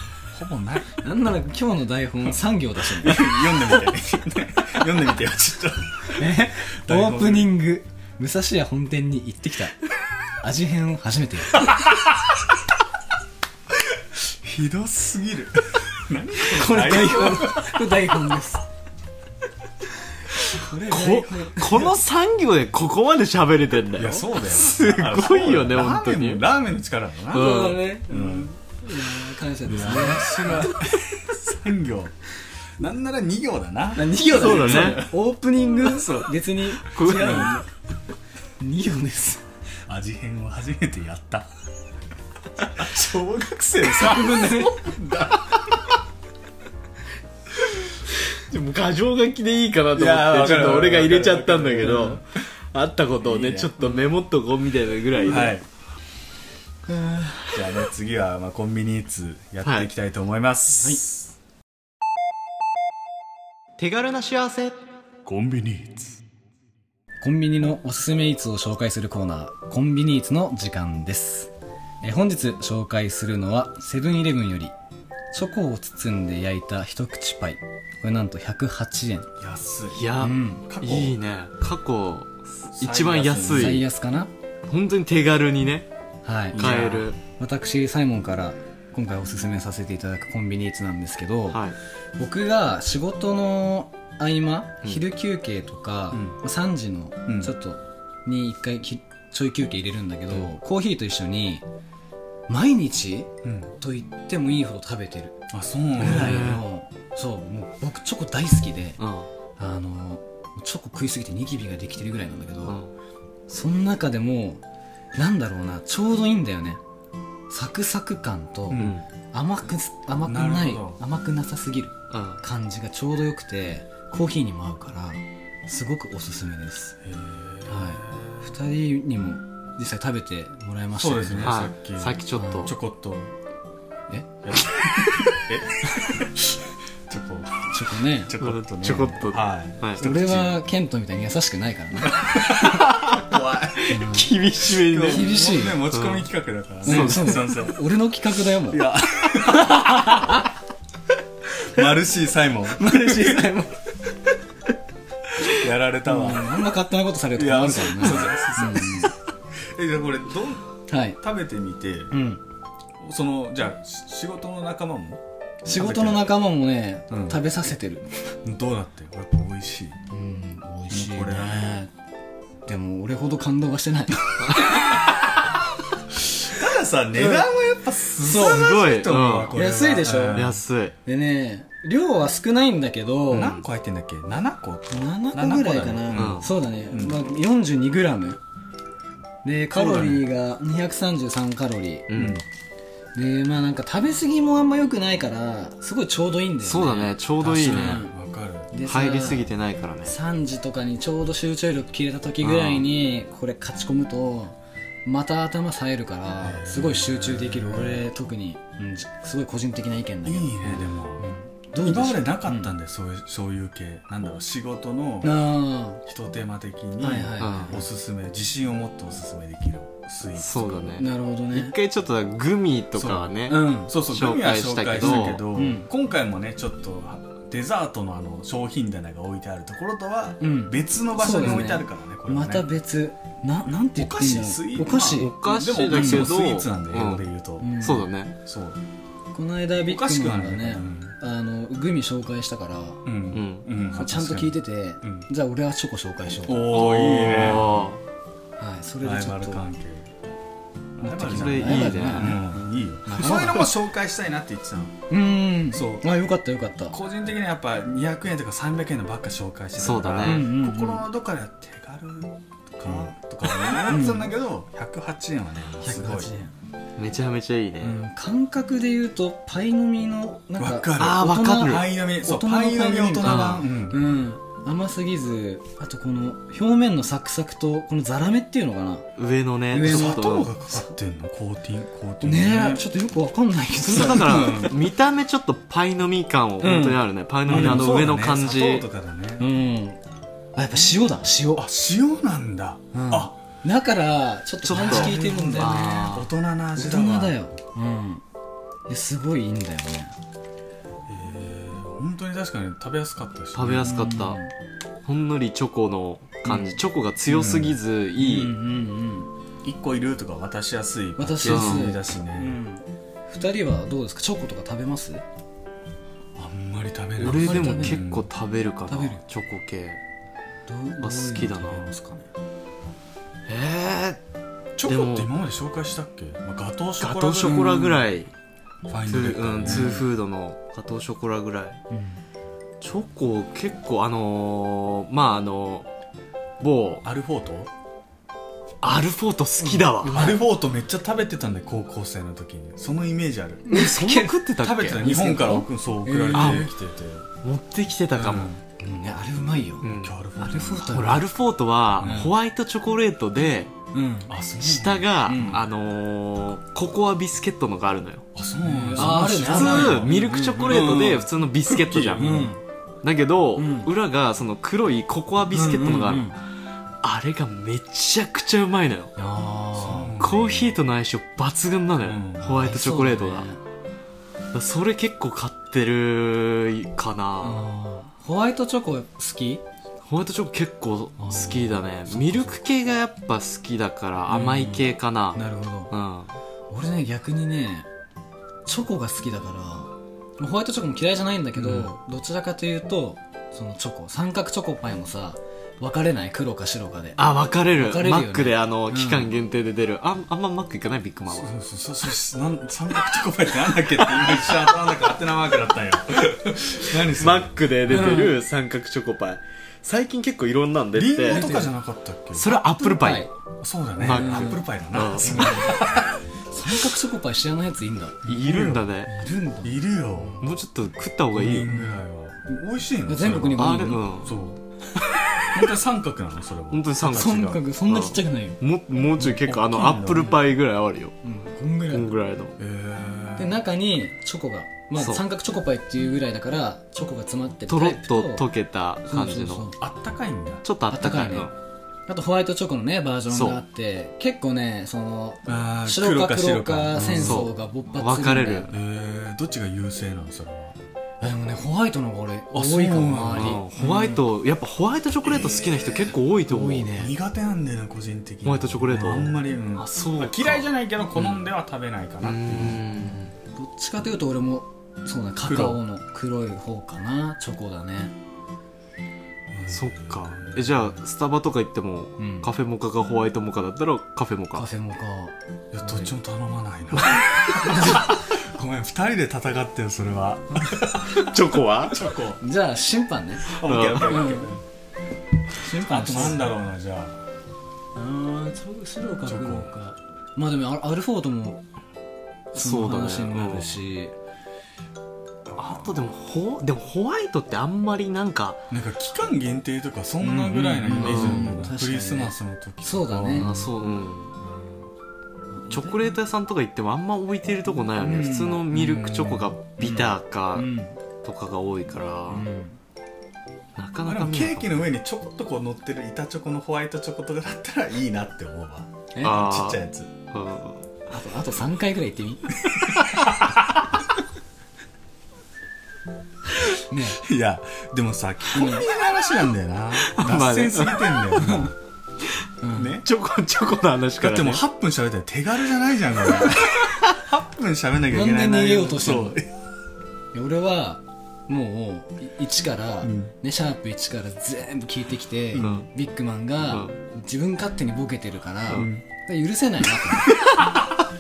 A: ほぼない
C: なんなら今日の台本3行だし ね
A: 読んでみて読んでみてよちょっ
C: オ
A: 台本
C: ープニング武蔵屋本店に行ってきた味変を初めてやる
A: とひどすぎる何
C: こ
A: この
C: れ
A: 台
C: 台
A: 本
C: 本これ台本ですこれ台
B: こ
C: 本
B: この産業でここまで喋れてんだ
A: い
B: よ
A: やそうだよ
B: すごいよね
A: ラ
B: 本当
A: ーメン
B: に
A: もラーメンの力だな、
B: うん
C: そうだね、う
A: うんん、
C: いやー感謝ですね
A: 白い3行なんなら2行だな
C: 2行だね
B: そうだね
C: オープニング別に違
B: こ
C: う2行です
A: 味変を初めてやった小学生の作文
C: ね
B: でも過剰書きでいいかなと
A: い
B: 思
A: やー
B: っ
A: わ
B: て
A: か
B: ちょ
A: る
B: っと俺が入れちゃったんだ
A: わ
B: け
A: かる
B: どあったことを
A: い
B: ね
A: いね
B: ちょっとメモっとこうみたいなぐらいで、
A: はいじゃあね次は、まあ、コンビニーツやっていきたいと思います、
B: 手軽な幸せ
A: コンビニーツ
C: コンビニのおすすめイーツを紹介するコーナー、コンビニーツの時間です。えー本日紹介するのは、セブンイレブンより、チョコを包んで焼いた一口パイ。これなんと108円。
A: 安
B: いや、
C: うん
A: 過去
B: いいね過去一番安
C: 最
B: い
C: 安かな
B: 本当に手軽にね
C: はい。
A: や
B: 買える
C: 私、サイモンから今回おすすめさせていただくコンビニーツなんですけど、
B: はい
C: 僕が仕事の合間、
B: うん
C: 昼休憩とか、
A: うん
C: まあ3時の
A: うん
C: ちょっとに1回きちょい休憩入れるんだけど、コーヒーと一緒に毎日
A: うん
C: と言ってもいいほど食べてる
A: あそうなん
C: ぐ
A: だ
C: らいの、そうもう僕チョコ大好きで
B: うん
C: あのチョコ食いすぎてニキビができてるぐらいなんだけど、
B: うん
C: その中でもなんだろうなちょうどいいんだよねサクサク感と
A: うん
B: うん
C: 甘くす甘くない、
A: なるほど
C: 甘くなさすぎる
B: うん
C: 感じがちょうどよくてコーヒーにも合うからすごくおすすめです
A: へー
C: はい2人にも実際食べてもらいました
A: そう
C: け
A: です
C: ど
A: ね
B: は
A: さっ
B: い
A: き
B: さっきちょっと
A: ちょこっと
C: え
A: ちょこ
C: ちょっとね
A: ちょこっとね
B: ちょこっと
A: はい
B: はい
C: 俺はケントみたいに優しくないからね
A: 怖い
B: 厳しめにね
C: 厳しい
A: ね持ち込み企画だから
C: う
A: ね
C: んそう
A: そうそう
C: 俺の企画だよもう
A: いやマルシーサイモン
C: 嬉しいねもう
A: やられたわ
C: あんま勝手なことされる
A: い
C: と困
A: や
C: る
A: そ
C: か
A: うそうそうえじゃあこれどん
C: らねはい
A: 食べてみて
C: うん
A: そのじゃあし仕事の仲間も
C: 仕事の仲間もね、
A: うん
C: 食べさせてる
A: どうだってやっぱ美味しい
C: うん美味しいね
A: これはね
C: でも俺ほど感動はしてない
A: たださ値段はやっぱす
C: そう
B: すごい、
A: と思うわ
B: うん
A: これは
C: 安いでしょ
A: うん
B: 安い
C: でね量は少ないんだけど
A: 何個入ってんだっけ7個
C: 7個ぐらいかな、
A: 7
B: 個だねうん
C: そうだね、
A: うん
C: まあ、42g でカロリーが233カロリー、
B: う
A: うんん
C: でまあなんか食べ過ぎもあんま良くないからすごいちょうどいいんだよね
B: そうだねちょうどいいね
C: 確
A: わかる
C: でさ
B: 入りすぎてないからね
C: 3時とかにちょうど集中力切れた時ぐらいにこれ勝ち込むとまた頭冴えるからすごい集中できる俺特に、うんじすごい個人的な意見だ
A: い
C: け
A: い
C: ど
A: ねでも
C: どうでしょ
A: 今
C: う
A: までなかったんでそういうそういう系なんだろう仕事の
C: あ
A: ひと手間的に
C: はいはい
B: は
A: おすすめ自信を持っておすすめできるスイーツ
B: そうだ
C: あ
B: ね
C: なるほど
B: 一
C: ね
B: 回ちょっとグミとかはね
C: うん
A: そうそうグミは紹介したけど、
C: うん
A: 今回もねちょっとデザートのあの商品棚が置いてあるところとは
C: うん
A: 別の場所に置いてあるからねこれは
C: ま
A: ね
C: た別ななんて言
A: お
C: っ
A: 菓
C: ていいん
A: 子
C: だろ
A: スイー
C: う
A: ツ
C: お菓子
A: まあ
B: お菓子だけど
A: でもそもスイーツなんで英語で言うと、
C: うん
B: そうだね
A: そう
C: この間ビ
A: おか
C: ッ
A: し
C: グ
A: く
C: マ
A: は
C: ン
A: な
C: が
A: い
C: ねあのグミ紹介したから
A: うんうんうん、
C: ちゃんと聞いてて、
A: ん
C: じゃあ俺はチョコ紹介しよう、
A: おおいいね
B: お
C: はい、それ
A: ラ
C: で
A: イ
C: ちょ
A: バ
C: っ
A: ル
C: と
A: 関係
C: 持ってきた
B: それいいね
C: ライバルだね
A: うん、いいよそういうのも紹介したいなって言ってたの
C: うーん
A: そう
C: あよかったよかった
A: 個人的にはやっぱ200円とか300円のばっか紹介して
B: そう
A: たか
B: だ
A: ら
B: ね
C: うんうんうん
A: 心のどっかでは手軽とか、とか思ってたんだけど、108円はねすごい
C: 108円
B: ーめちゃめちゃいいね
C: うん感覚で言うとパイの実のなんか
A: わかる
B: あーわかる
A: パイの実そう
C: 大人の
A: パイの実大人版、
B: パ
A: う
B: イ
A: ん
C: うん甘すぎずあとこの表面のサクサクとこのザラメっていうのかな
B: 上のね
C: 上の
B: ちょっ
A: 砂糖が
B: と
A: かかってんのコーティングコーティング
C: ねえちょっとよくわかんないけど
B: そうだから見た目ちょっとパイの実感を本当にあるね、パイの実のあの上の感じ、
A: 砂糖とかだね
C: うんあやっぱ塩だ塩
A: あ塩なんだ、
C: うん
A: あ
C: だからちょっ
B: ちょ
C: と
B: っと
C: パンチ効いてるんだよね
B: あー
A: 大人の
C: 大
A: 味だわ
C: 人だようんいやすごいいいんだよね
A: えー本当に確かに食べやすかったし
B: 食べやすかった、ほんのりチョコの感じ、チョコが強すぎず、いい、
C: うんうん
A: 1個いるとか渡しやすい
C: 渡しやすい
A: パッケージだし
C: う
A: ね、
C: ん2人はどうですかチョコとか食べます
A: あんまり食べない
B: 俺でも結構食べるかな、
C: 食べる
B: チョコ系
C: どう
B: あ好きだな
C: どういうの食べますかね
B: え
A: チョコって今まで紹介したっけ、まあ、ガトーシ
B: ー、
A: ョ
B: ガ
A: コラ
B: トーショコラぐ
A: い
B: らい、
A: ファイン
B: ツ
A: ドレッ
B: ー
A: ドだ
B: う
A: ね
B: ん、ツーフードのガトーショコラぐらいチョコ結構あのー、まああの某
A: アルフォート
B: アルフォート好きだわ、
A: アルフォートめっちゃ食べてたんで高校生の時にそのイメージある
B: えそんな食ってたっけ
A: 食べてた日本から送そう送られてきてて、
B: 持ってきてたかも、
C: うんねあれうまいよ
B: うん
A: 今日アルフォ
C: ア
A: ー
C: ルフォート
B: 俺アルフォートは
A: うん
B: ホワイトチョコレートで
C: うん
A: トあそう
B: 下が、
C: うん
B: あのーココアビスケットのがあるのよ
A: あそうなんだ
C: ああるね
A: そんな知らない
B: 普通ミルクチョコレート
C: うん
B: で普通のビスケットじゃん、
A: クッキー
B: だけど、
C: うん
B: 裏がその黒いココアビスケットのがある、
C: うんうんうん
B: あれがめちゃくちゃうまいのよ
A: そう
C: あ
A: なんだ
B: コーヒーとの相性抜群なのよ、
A: うん
B: ホワイトチョコレートがだからそれ結構買ってるかな、
C: ホワイトチョコ好き
B: ホワイトチョコ結構好きだね
C: あー
B: ミルク系がやっぱ好きだから甘い系かな、
C: なるほど
B: うん、
C: 俺ね逆にねチョコが好きだからホワイトチョコも嫌いじゃないんだけど、
A: うん
C: どちらかというとそのチョコ三角チョコパイもさ分かれない黒か白かで
B: あ分かれる
C: 分かれるよ
B: マ
C: ね
B: ックであの、
A: ん
B: 期間限定で出るあんあんまマック行かないビッグマンは
A: そうそうそうそうなん三角チョコパイってなんだっけって今一瞬頭の中勝手なマークだっ たんよ何そ
B: マ
A: れ
B: ックで出てる三角チョコパイ、最近結構いろんなん出て
A: リンゴ
B: て
A: とかじゃなかったっけ
B: それはアップルパイ、
C: はい
A: そうだね
B: マ
A: ア
B: ック
A: ップルパイだな、
B: うん
A: すごい
C: 三角チョコパイ知らないやついんだ
B: いるんだね
C: いるんだ
A: いるよ
B: もうちょっと食った方がいい
A: リ
B: よ、
A: ングだよ美味しいの
C: 全国に
A: それは
B: あれうん
A: そう本当に三角なのそれは
B: 本当に三角
C: 三角そんなちっちゃくないよ、
B: ももうちょい結構あ
A: 大きいん
B: の
A: だ
B: アップルパイぐらいあるよ
C: うん、こんぐら
B: こ
C: い
B: んぐらいの
A: えー
C: で中にチョコが、まあ、
B: そう
C: 三角チョコパイっていうぐらいだからチョコが詰まってる
B: とろ
C: タイ
B: っ
C: プ
B: と溶けた感じ
C: そうそう
B: の
C: そう
A: あったかいんだ
B: ちょっとあったかい
C: あ
B: の
C: っあとホワイトチョコのねバージョンがあって結構ねその
A: あー
C: 白か黒か戦
B: そう
C: 争が勃発す
B: 分
C: る
B: かれる
A: えー、どっちが優勢なのそれは
C: あでもねホワイトの方が俺多いかも
A: そうな
B: うん
C: 周
B: ホワイトやっぱホワイトチョコレート好きな人結構多いと思う
C: 多いね
A: 苦手なんだよね個人的に
B: ホワイトチョコレート
A: あんまり、うん
B: あそうか
A: 嫌いじゃないけど好んでは食べないかな、
B: う
A: うん
B: ん
C: りどっちかというと俺もそうだねカカオの黒い方かなチョコだね
B: そっかえじゃあスタバとか行っても、
C: ん
B: カフェモカかホワイトモカだったらカフェモ
C: カ
B: カ
C: フェモカ
A: いやどっちも頼ま ないなごめん2人で戦ってよそれは
B: チョコは
A: チョコ
C: じゃあ審判ね
A: オッケーオッケーオッケー
C: 審
A: あ
C: 判
A: となんだろうなじゃあ
C: あーチョコ白か黒かまあでもアルアルフォートも
B: そうだね
C: 話になるし
B: あとでもホでもホワイトってあんまりなんか
A: なんか期間限定とかそんなぐらいのイメージなんだ
C: うんうんう
A: な
C: ん確か
A: ク
C: にね
A: リスマスの時とか
C: そうだね
B: あそううんチョコレート屋さんとか行ってもあんま置いてるとこないよね、
A: うん
B: 普通のミルクチョコがビター
C: う
B: か
C: ん
B: とかが多いから、
C: うん
B: なか
A: まあ
B: な
A: で
B: か
A: も
B: 見
A: ケ
B: ない
A: ーキの上にちょこっとこう乗ってる板チョコのホワイトチョコとかだったらいいなって思うわ
C: え
B: あ
C: あ
A: ちっちゃいやつ
B: うん
C: とあと3回ぐらい行ってみね
A: いやでもさコンビニの話なんだよな
B: ま
A: 脱
B: あね
A: 線すぎてんだよ
C: え、うん
A: なね
B: チョコ チョコの話か
A: だ
B: ら、
A: っ
B: ね、
A: てもう8分喋ったら手軽じゃないじゃんこれ8分喋んなきゃいけない
C: なんで逃げようとしてんの
A: そう
C: いや俺はもうい1から、
A: うん
C: ね、シャープ1から全部聞いてきて、
B: ん
C: ビッグマンが
B: う
C: 自分勝手にボケてるから、
B: うん
C: 許せないな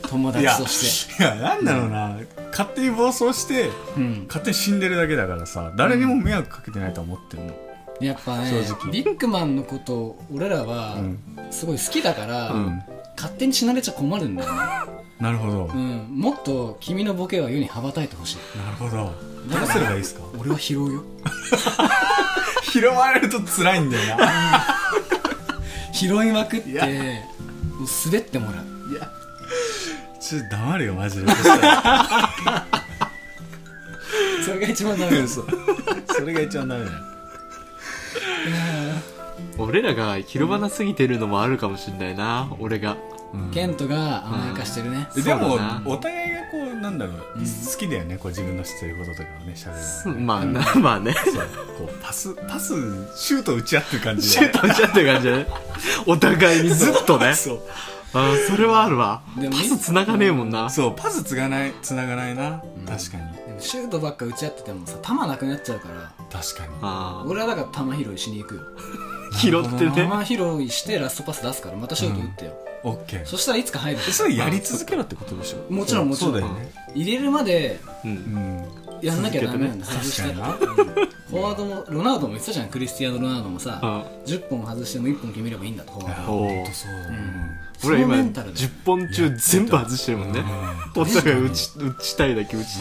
C: と 思って友
A: いや
C: 達として、
A: いやなんだろうな、勝手に暴走して
C: うん、
A: 勝手に死んでるだけだからさ誰にも迷惑かけてないと思ってんの、
C: やっぱね
A: 正直
C: ビッグマンのことを俺らは
A: うん
C: すごい好きだから、
A: うん
C: 勝手に死なれちゃ困るんだよね、
A: なるほど、
C: うん、もっと君のボケは世に羽ばたいてほしい
A: なるほどどうすればいいですか
C: 俺は拾うよ
A: 拾われると辛いんだよな
C: 拾いまくっ
A: い
C: て
A: や
C: もう滑ってもらう
A: いやちょっと黙るよマジでそしたら
C: それが一番ダメです
A: それが一番ダメだよ
B: 俺らが広場なすぎてるのもあるかもしんないな、俺が
C: ケントが甘やかしてるね、
A: で
B: そ
A: も
B: うだな
A: お互いがこうなんだろう、好きだよねこう自分の知ってることとかをね喋るのがね
B: まあな、 まあね
A: そうこうパスパスシュート打ち合ってる感じ
B: シ
A: だよ
B: ュートしちゃってる感じだねお互いにずっとね
A: そう
B: あーそれはあるわ
C: でも
B: パス繋がねえもんな
A: そうパスつがないつながないな、確かに
C: でもシュートばっか打ち合っててもさ球なくなっちゃうから
A: 確かに
B: あ
C: 俺はだから球拾いしに行くよ
B: ー拾ってね
C: 球拾いしてラストパス出すからまたシュート打ってよ、
A: オッケー
C: そしたらいつか入る
A: それやり続けろってことでしょ
C: もちろんもちろん
A: そうだよね
C: 入れるまで
B: うん
A: うん
C: やんなきゃダメなんだ、
A: 続
C: 外
A: け
C: してた
A: ね
C: らフォワードもロナウドも言ってたじゃんクリスティアーノ・ロナウドもさ、
B: う
C: 10本外しても1本決めればいいんだとフォワード
B: おー
A: ほんとそうだね
C: その
B: 俺今
C: メンタルだよ
B: 10本中全部外してるもんねお互い打ち打ちたいだけ打ち
A: そ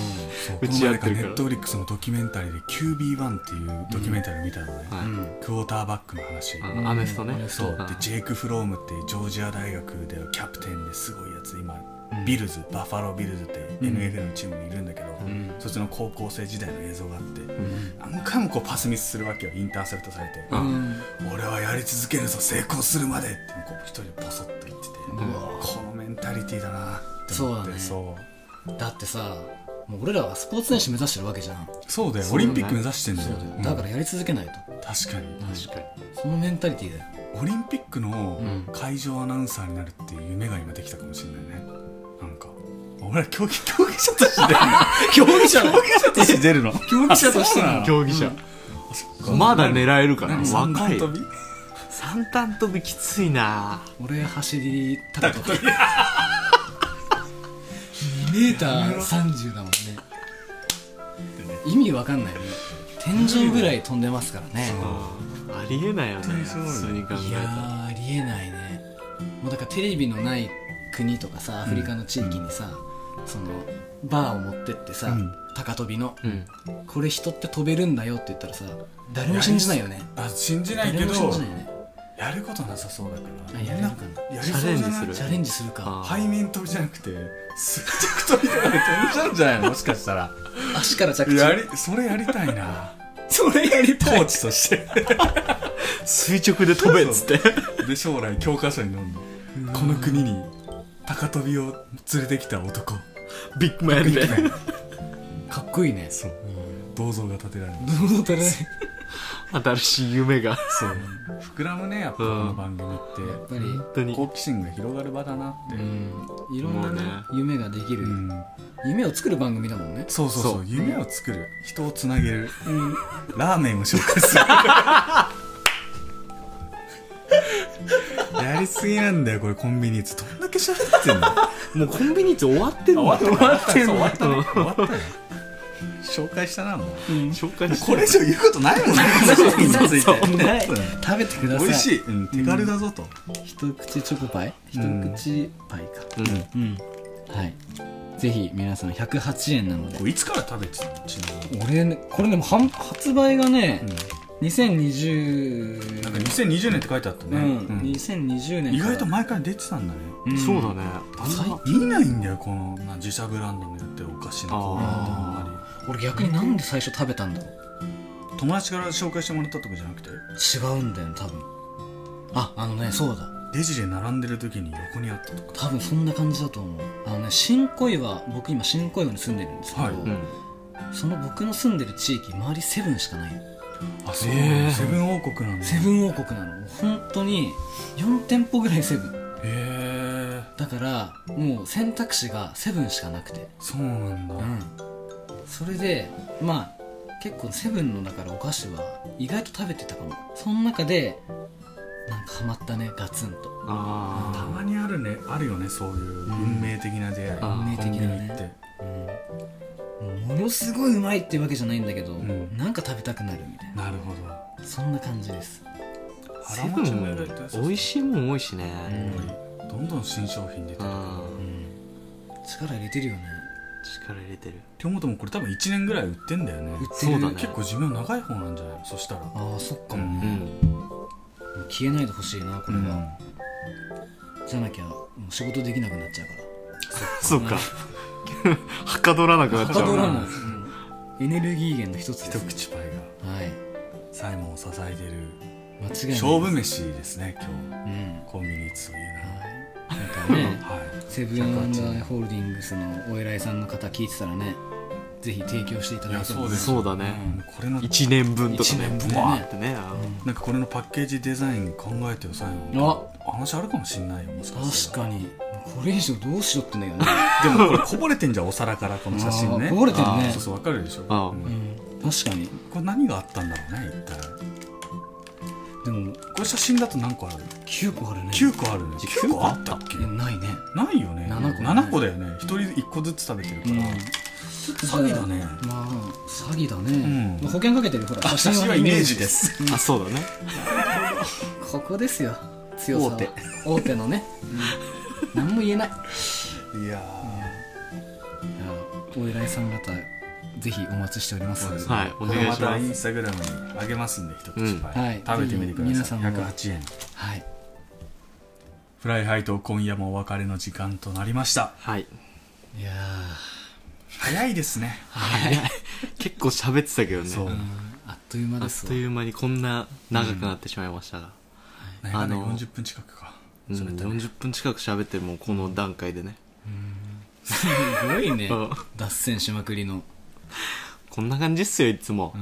A: う
B: 打
A: この
B: ち合
A: 前
B: っ
A: か
B: て
A: ネ
B: るか
A: ッ
B: ら
A: トフリックスのドキュメンタリーで QB1 っていうドキュメンタリーを見たのね、
B: はい
C: うん
A: クォーターバックの話、
B: あのアメフトね
C: アメフ
A: そう
B: あ
A: でジェイク・フロームってジョージア大学でキャプテンですごいやつ今ビルズバファロービルズって
C: うん
A: NFL のチームにいるんだけど、
C: ん
A: そっちの高校生時代の映像があって、何回もこうパスミスするわけよインターセプトされて、
B: うん
A: 俺はやり続けるぞ成功するまでってこう一人でポソッと言ってて、このメンタリティーだなって思って
C: そう
A: そう
C: だってさもう俺らはスポーツ選手目指してるわけじゃん
A: そうだよ
B: そ
A: オ
B: うだ
A: リ
B: ね
A: ンピック目指してんだようん
C: だからやり続けないと、
A: 確かに
B: 確かに
C: そのメンタリティーだよ
A: オリンピックの
C: うん
A: 会場アナウンサーになるっていう夢が今できたかもしれないねなんか俺ら競技競技者として出る
C: 競技者
A: の競技者として出るの
C: 競技者としてなの
B: 競技者まだ狙えるから
A: 何三段
B: 若い
A: 跳び
B: 三段跳びきついな
C: 俺走り高跳び2メーター30だもんね意味わかんないよね天井ぐらい飛んでますからね
B: ありえないよね
A: 本当にそうよ
B: 普通に考
C: い
B: え
C: や
B: たら
C: ーありえないねもうだからテレビのない国とかさアフリカの地域にさ、そのバーを持ってってさ、
A: うん
C: 高跳びの
B: うん
C: これ人って飛べるんだよって言ったらさ誰も信じないよね
A: あ信じない
C: 誰
A: け
C: も
A: ど
C: 信じないよね
A: やることなさそうだから
C: あやれるかな
A: やりそうじゃ
B: チャレンジ
A: な
B: す
A: い
B: る
C: チャレンジするか
B: あ
A: 背面飛びじゃなくて垂直跳びとかで飛んじゃうんじゃないのもしかしたら
C: 足から着地
A: やりそれやりたいな
C: それやり
A: コ
C: たい
A: ーチとして
B: 垂直で飛べっつって
A: で将来教科書に載るのこの国に高跳びを連れてきた男
B: ビッグマンで
C: かっこいいね
A: そう銅像が建てられる
C: どうぞ誰
B: 新しい夢が
A: そう膨らむねやっぱこの番組っ
C: やっぱり
B: 本当
A: て
B: に
A: 好奇心が広がる場だなって
C: うんいろんな
B: もう
C: ね
B: ね
C: 夢ができる、
A: うん
C: 夢を作る番組だもんね
A: そうそう
B: そ
A: そうう夢を作る人をつなげるラーメンを紹介するやりすぎなんだよこれコンビニいつどんだけ喋ってんの
B: もうコンビニって終わってんの
A: 終わった
B: 終わっ
A: 終
B: た
A: わった終わったよ紹介したなもう
B: 紹介して
A: これ以上言うことないもんね 商品について
C: ない
A: うん
C: 食べてください
A: 美味しい、うん、手軽だぞと、
C: 一口チョコパイ一
A: うん
C: 口パイか
B: うん
C: うん、はいぜひ皆さん108円なので
A: これいつから食べてたのちなみに
C: 俺ねこれでも販発売がね、2020
A: なんか2020年って書いてあった
C: う
A: ね、
C: ん、
A: うん
C: 2020年
A: 意外と
C: か
A: 毎回出てたんだね
C: ら、ん
B: そうだねあん
C: 最
B: な
A: 見ないんだよこのまあ自社ブランドのやってるお菓子のコーナーってのもあ
C: 俺逆になんで最初食べたんだろう
A: り友達から紹介してもらったとかじゃなくて
C: 違うんだよね多分ああのねそうだ
A: レジで並んでる時に横にあったとか
C: 多分そんな感じだと思うあのね新小岩僕今新小岩に住んでるんですけど、
A: はい
B: うん
C: その僕の住んでる地域周りセブンしかないの
A: あそう、
B: へー
A: セブン王国なんだ
C: セブン王国なのもう本当に4店舗ぐらいセブン
A: へえ
C: だからもう選択肢がセブンしかなくて
A: そうなんだ、
C: うんそれでまあ結構セブンのだからお菓子は意外と食べてたかもその中でなんかハマったねガツンと
A: た
B: あ
A: まにあるねあるよねそういう運命的な出会い、
B: あー
A: コンビニ行
C: 運命
A: っ
C: 的な
A: て
C: ねものすごいうまいってわけじゃないんだけど、
A: ん
C: なんか食べたくなるみたい
A: なるほど
C: なそんな感じです
B: あセブンも美味しいもん多いしね
A: どんどん新商品出て
B: う
A: る
B: ん
C: 力入れてるよね
B: 力入れてる
A: 手元もこれ多分1年ぐらい売ってんだよね
C: 売って
B: そう
C: る
B: だね
A: 結構寿命長い方なんじゃないのそしたら
C: ああそっか
A: う
C: も,、
B: うんん
C: う消えないでほしいなこ
A: う
C: れ
A: ん
C: は、じゃなきゃもう仕事できなくなっちゃうから
B: そうかはかどらなくなっちゃう
C: はかどらない、エネルギー源の一つで
A: 一
C: す、
A: 口パイが
C: はい
A: サイモンを支えてる
C: 間違いない
A: 勝負飯ですね今
C: うん
A: 日コンビニという
C: はいなんかね
A: ならはい
C: セブンホールディングスのお偉いさんの方聞いてたらねぜひ提供していただいて
A: いやそうです
B: そうだね
A: もうこれの
B: 1年分とか
C: 一
B: ね
C: 年分
B: ブ
C: ね
B: ワーってねあ
A: なんかこれのパッケージデザイン考えてよサイモン
C: あ
A: 話あるかもしんないよもしかし
C: 確
A: たら
C: かにこれ以上どうしろってんだよね、
A: でもこれこぼれてんじゃんお皿からこの写真ね
C: あーこぼれてるね
A: あーそうそうわかるでしょ
B: あー
A: うん
C: うん、確かに
A: これ何があったんだろうね一体
C: でも
A: これ写真だと何個ある
C: 9個あるね
A: 九個あるね
B: 九個
A: 九個あったっけ
C: いやないね
A: ないよね
C: 七個だね
A: 七個だよね一人一個ずつ食べてるから、
C: ちょっと
A: 詐欺だね
C: まあ詐欺だね、
A: うん
C: 保険かけてるほら
A: 写真はイメージです
B: あそうだね
C: ここですよ強さは
A: 大手
C: 大手のね、 うん、何も言えない
A: いや
C: いやお偉いさん方ぜひお待ちしております
A: ー
B: はいお願いします
A: これまたインスタグラムにあげますんで一口パイ、
C: うんはい
A: 食べてみてください
C: ぜひ皆さんも
A: 108円
C: はい
A: フライハイと今夜もお別れの時間となりました
B: はい
C: いや
A: 早いですね
B: はい結構喋ってたけどね
A: そう
C: ーうんあっという間
B: あ
C: で
B: っ
C: す
B: と
C: わ
B: いう間にこんな長くなってしまいましたが、
A: なんかね
B: あの
A: 40分近くか
B: うん
A: 喋ったね
B: 40分近く喋ってるもうこの段階でね、
C: すごいね
B: うん
C: 脱線しまくりの
B: こんな感じっすよいつも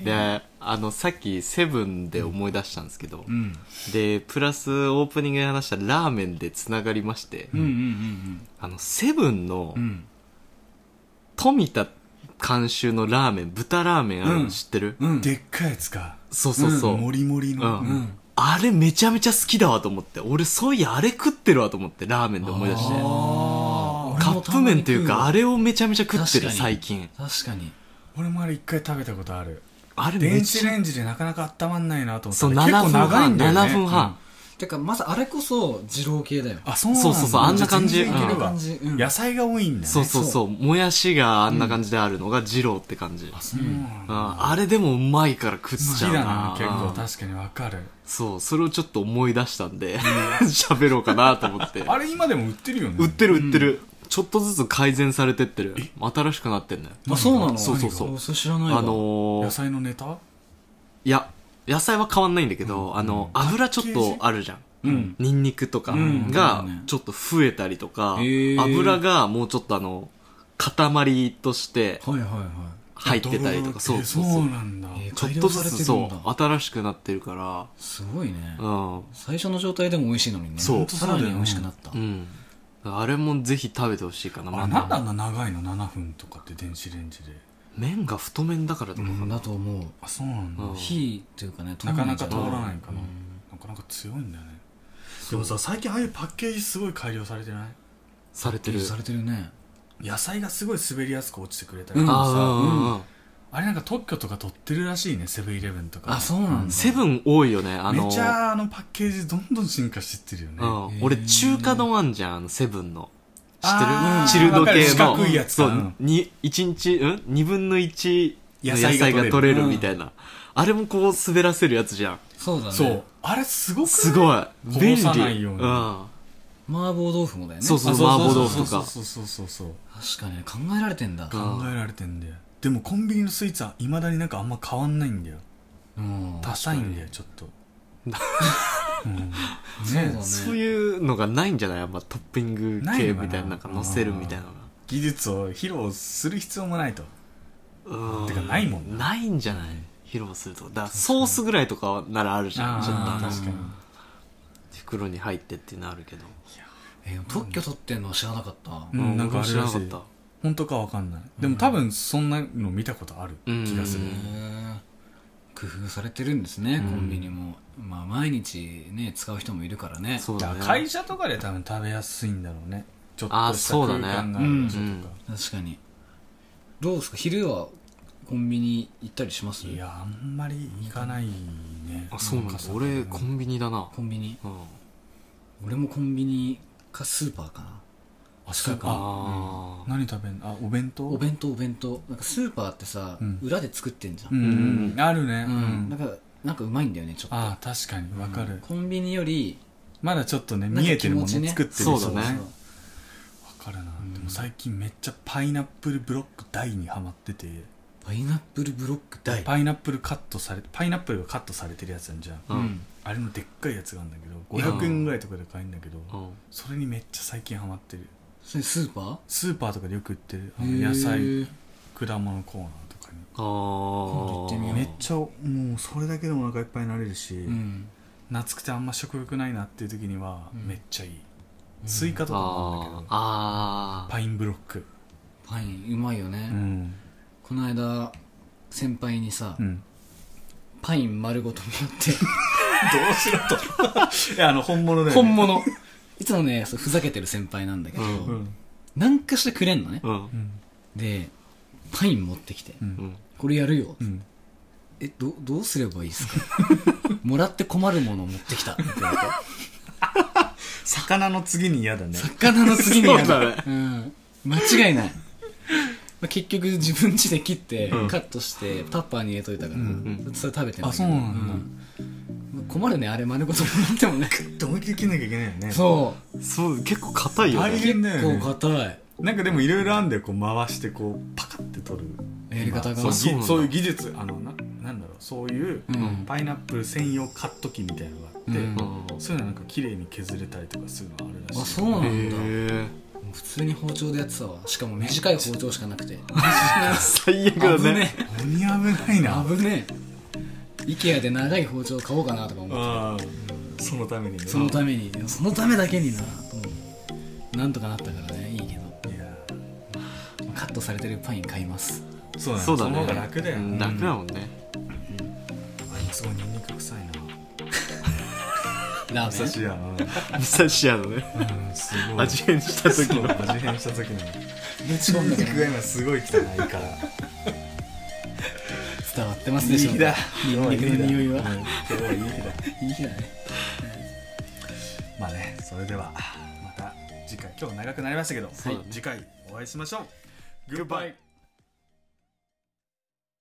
A: う、ん
B: であのさっき「セブンで思い出したんですけど、
C: うん
B: でプラスオープニングで話したラーメンでつながりまして、
C: うんうん
B: あのセブンの
C: うんうん
B: 富田監修のラーメン豚ラーメンあるの知ってる、
C: うん
A: でっかいやつか
B: そうそうそう、
A: もりもりの
B: うん
C: うん
B: あれめちゃめちゃ好きだわと思って。俺そういやあれ食ってるわと思って、ラーメンで思い出して。
C: あー
B: カップ麺というか、あ
C: れ
B: れをめちゃめちゃ食って
C: 確か
B: る、
C: に
B: 最近。
C: 確かに
A: 俺もあれ一回食べたことある
B: あれめ
A: 電
B: ち
A: 子
B: ゃ
A: レンジでなかなか温まんないなと思った
B: そう、
A: ら
B: 7分
A: 結構長いん
B: 半、
A: だよね
B: 7分半。
C: てかまずあれこそ二郎系だよ
A: あそうなんだ
B: そうそうそうあんな感じ
A: 全然いけるわ
C: うんあんな感じうん
A: 野菜が多いんだね
B: そうそうそう。もやしがあんな感じであるのが二郎って感じ。
A: そうなんだ
B: ああれでもうまいから食
A: 好
B: っ
A: き
B: ちゃう
A: だ
B: な
A: な。結構確かにわかる
B: そう、それをちょっと思い出したんで、 喋ろうかなと思って。
A: あれ今でも売ってるよね
B: 売ってる売ってる。ちょっとずつ改善されてってる。新しくなってんね。
C: あそうなの
B: そうそうそう
C: あそれ知らないわ
B: あの
A: 野
B: ー、
A: 菜のネタ
B: いや、野菜は変わんないんだけど、あの、油ちょっとあるじゃん。
A: うん
B: ニンニクとか
A: ん
B: が
C: うん
B: ちょっと増えたりとか、
C: へー
B: 油がもうちょっとあの、塊として
C: はいはいは
B: 入ってたりとか、そう
A: そ
B: そううそ
A: そう
B: う。
A: なんだ
C: いえー
B: ちょっ
C: 改
B: と
C: 良され
B: ず
C: て
B: つ
C: るん
B: そ
C: だ
B: う、新しくなってるか
C: すごいね
B: ら、うん。
C: 最初の状態でも美味しいのにね
B: そう
C: さらに美味しくなった
B: うん。あれもぜひ食べてほしいかな。
A: あ
B: ま
A: なんで
B: た
A: あんな長いの7分とかって電子レンジで
B: 麺が太麺だからとかか
C: うん
B: な。
C: だと思う
A: あそうなんだ
B: うん
C: 火というかね
A: なかなか通ら
C: んじゃ
A: ないかななかなか強いんだねでもさ最近ああいうパッケージすごい改良されてない
B: されてる
C: い。されてるね
A: 野菜がすごい滑りやすく落ちてくれたりとかさ、
B: あ
A: あれなんか特許とか取ってるらしいねセブンイレブンとか
C: あそうなん
B: あ、
C: だ
B: セブン多いよね。あの
A: めち、ゃあのパッケージどんどん進化してってるよね、
B: うん
C: へー
B: 俺中華丼あんじゃんあの、セブンの。
A: あ
B: 知
A: ー
B: ってるチルド
A: わかる
B: 系
A: 四
B: の。
A: 角いやつ
B: そ
A: か
B: う
A: な、
B: に、一日、うん二分の一の野菜が
A: 野菜が
B: 取
A: 取
B: れ
A: れ
B: る
A: る
B: みたいな。あれもこう滑らせるやつじゃん。
C: そうだね
A: そうあれすごくない
B: すごい。
A: ぼ
B: 便利。
A: さないように
B: うん。
C: 麻婆豆腐もだよね
B: そうそう
A: あ
B: 麻婆豆腐とか
A: そうそうそうそうそう
C: 確かにね考えられてんだ
B: うん
A: 考えられてんだよでもコンビニのスイーツはいまだになんかあんま変わんないんだよ
C: うん
A: 高いんだよちょっと、 うん
C: そうだ
A: ね
C: ね
B: そういうのがないんじゃないやっぱトッピング系みたいな、なんか乗せるみたいなのが。
A: 技術を披露する必要もないと
B: うん
A: てかないもんな
B: ないんじゃない披露するとかだからソースぐらいとかならあるじゃんちょっとあ
A: あ
B: の
A: ー確かに
B: 袋に入ってっていうのあるけど
C: えー特許取ってんの知らなかった
A: うんなんかあ
B: 俺
A: る
B: も
A: ら
B: 知
A: しい
B: らなかっ
A: 本当かわかんないでも多分そんなの見たことある気がする
B: うん
C: へー工夫されてるんですね
B: うん
C: コンビニもまあ毎日ね使う人もいるからね
B: たそう
A: だ
B: だ
A: から
B: ね
A: 会社とかで多分食べやすいんだろうねちょっ
B: あー
A: とした
B: そうだ
A: 空
B: ね
A: 間がある場所とか、
C: 確かにどうですか昼はコンビニ行ったりします
A: いやあんまり行かないね
B: あそうなんだ
A: かさ
B: 俺コンビニだな
C: コンビニ
B: うん
C: 俺もコンビニかスーパーかな
A: あそうか
B: あ
A: うん何食べんあお弁当
C: お弁当お弁当なんかスーパーってさ、
A: うん
C: 裏で作ってんじゃ、
A: うんん、あるね、
C: う
A: うんん
C: なんかなんかうまいんだよねちょっと
A: ああ確かにわかる、
C: コンビニより
A: まだちょっとね
C: なん
A: 見
C: か
A: えて
C: 気
A: るも
C: 持
A: の
C: ち
A: 作っ
C: ね
A: てる
B: そうだね
A: わかるな、でも最近めっちゃパイナップルブロック大にハマってて
C: パイナップルブロック大
A: パイナップルカットされパイナップルがカットされてるやつなんじゃん、
B: あうん
A: あれのでっかいやつがあるんだけど500円ぐらいとかで買えるんだけど、
B: うん
A: それにめっちゃ最近ハマってる
C: それスーパ
A: スーパーとかでよく売ってるあの
C: ー
A: 野
C: へ
A: 菜
C: ー
A: 果物コーナーとか
B: あ
C: 度行ってみ
A: に
C: よ
B: ー
A: めっちゃもうそれだけでお腹いっぱいになれるし、
C: うん
A: 夏くてあんま食欲ないなっていう時には
C: うん
A: めっちゃいい、スイカとかもあるんだけ
B: あ
A: ど
B: あ
A: パインブロック
C: パインうまいよね、
A: うん、
C: この間先輩にさ、
A: うん、
C: パイン丸ごともら って
A: どうしろと いやあの本物だよ、ね、
C: 本物いつもねそうふざけてる先輩なんだけど、
B: う
A: うん
C: なんかしてくれんのね
B: ーうん
A: うん
C: でパイン持ってきて、
A: う
B: うんん
C: これやるよ、
A: うん
C: えどどうすればいいですかもらって困るものを持ってきたって言われて
A: 魚の次に嫌だね
C: 魚の次にやる
B: そうだね
C: うん、間違いない、まあ、結局自分家で切って、
B: うん
C: カットしてタッパーに入れといたから、
A: うん
C: それ食べてんだけど
A: あそうなんだ
C: うん困るねあれ丸ごともらってもね
A: 思いっきり切んなきゃいけないよね
C: そ
B: そう結構硬いよ
A: あれ
B: ね
C: う
A: 大変だ
C: 結
A: よね
C: 構硬い
A: なんかでもいろいろあんだよこう回してこうパカッて取る
C: やり方が
A: まあ
B: そう
A: そう
B: なん
A: ぎそうい
B: だ
A: う技術あのななんだろうそういう
C: うん
A: パイナップル専用カット機みたいのがあって、
C: うん
B: うん
A: そういうのなんか綺麗に削れたりとかするのあるらしい
C: あそうなんだ、
B: へえ
C: 普通に包丁でやってたわしかも短い包丁しかなくて
B: 最悪だ
C: 危
B: ね
C: ね
A: 鬼危ないな
C: 危ねえ IKEA で長い包丁買おうかなとか思って
A: ああそのためにね
C: そのためにそのためだけになと思うなんとかなったからねいいけど
A: いや
C: カットされてるパイン買います
A: そうだね
B: そうだ
A: その
B: ね
A: 方が楽だよ、
B: うん楽だもんね
A: あ今すごいニンニク臭いな
C: ラーメ
A: 武
C: ン
A: 蔵屋のね
B: 武蔵屋のね
A: うんすごい
B: 味変した時
A: そう
B: の
A: 味変した時の正直が今すごい汚いから
C: 伝わってますでしょうかニンニクの匂いは
A: うん今日はいい日だ
C: いい日だね
A: まあねそれではまた次回今日長くなりましたけど、
B: そうだね
A: 次回お会いしましょうグッバイ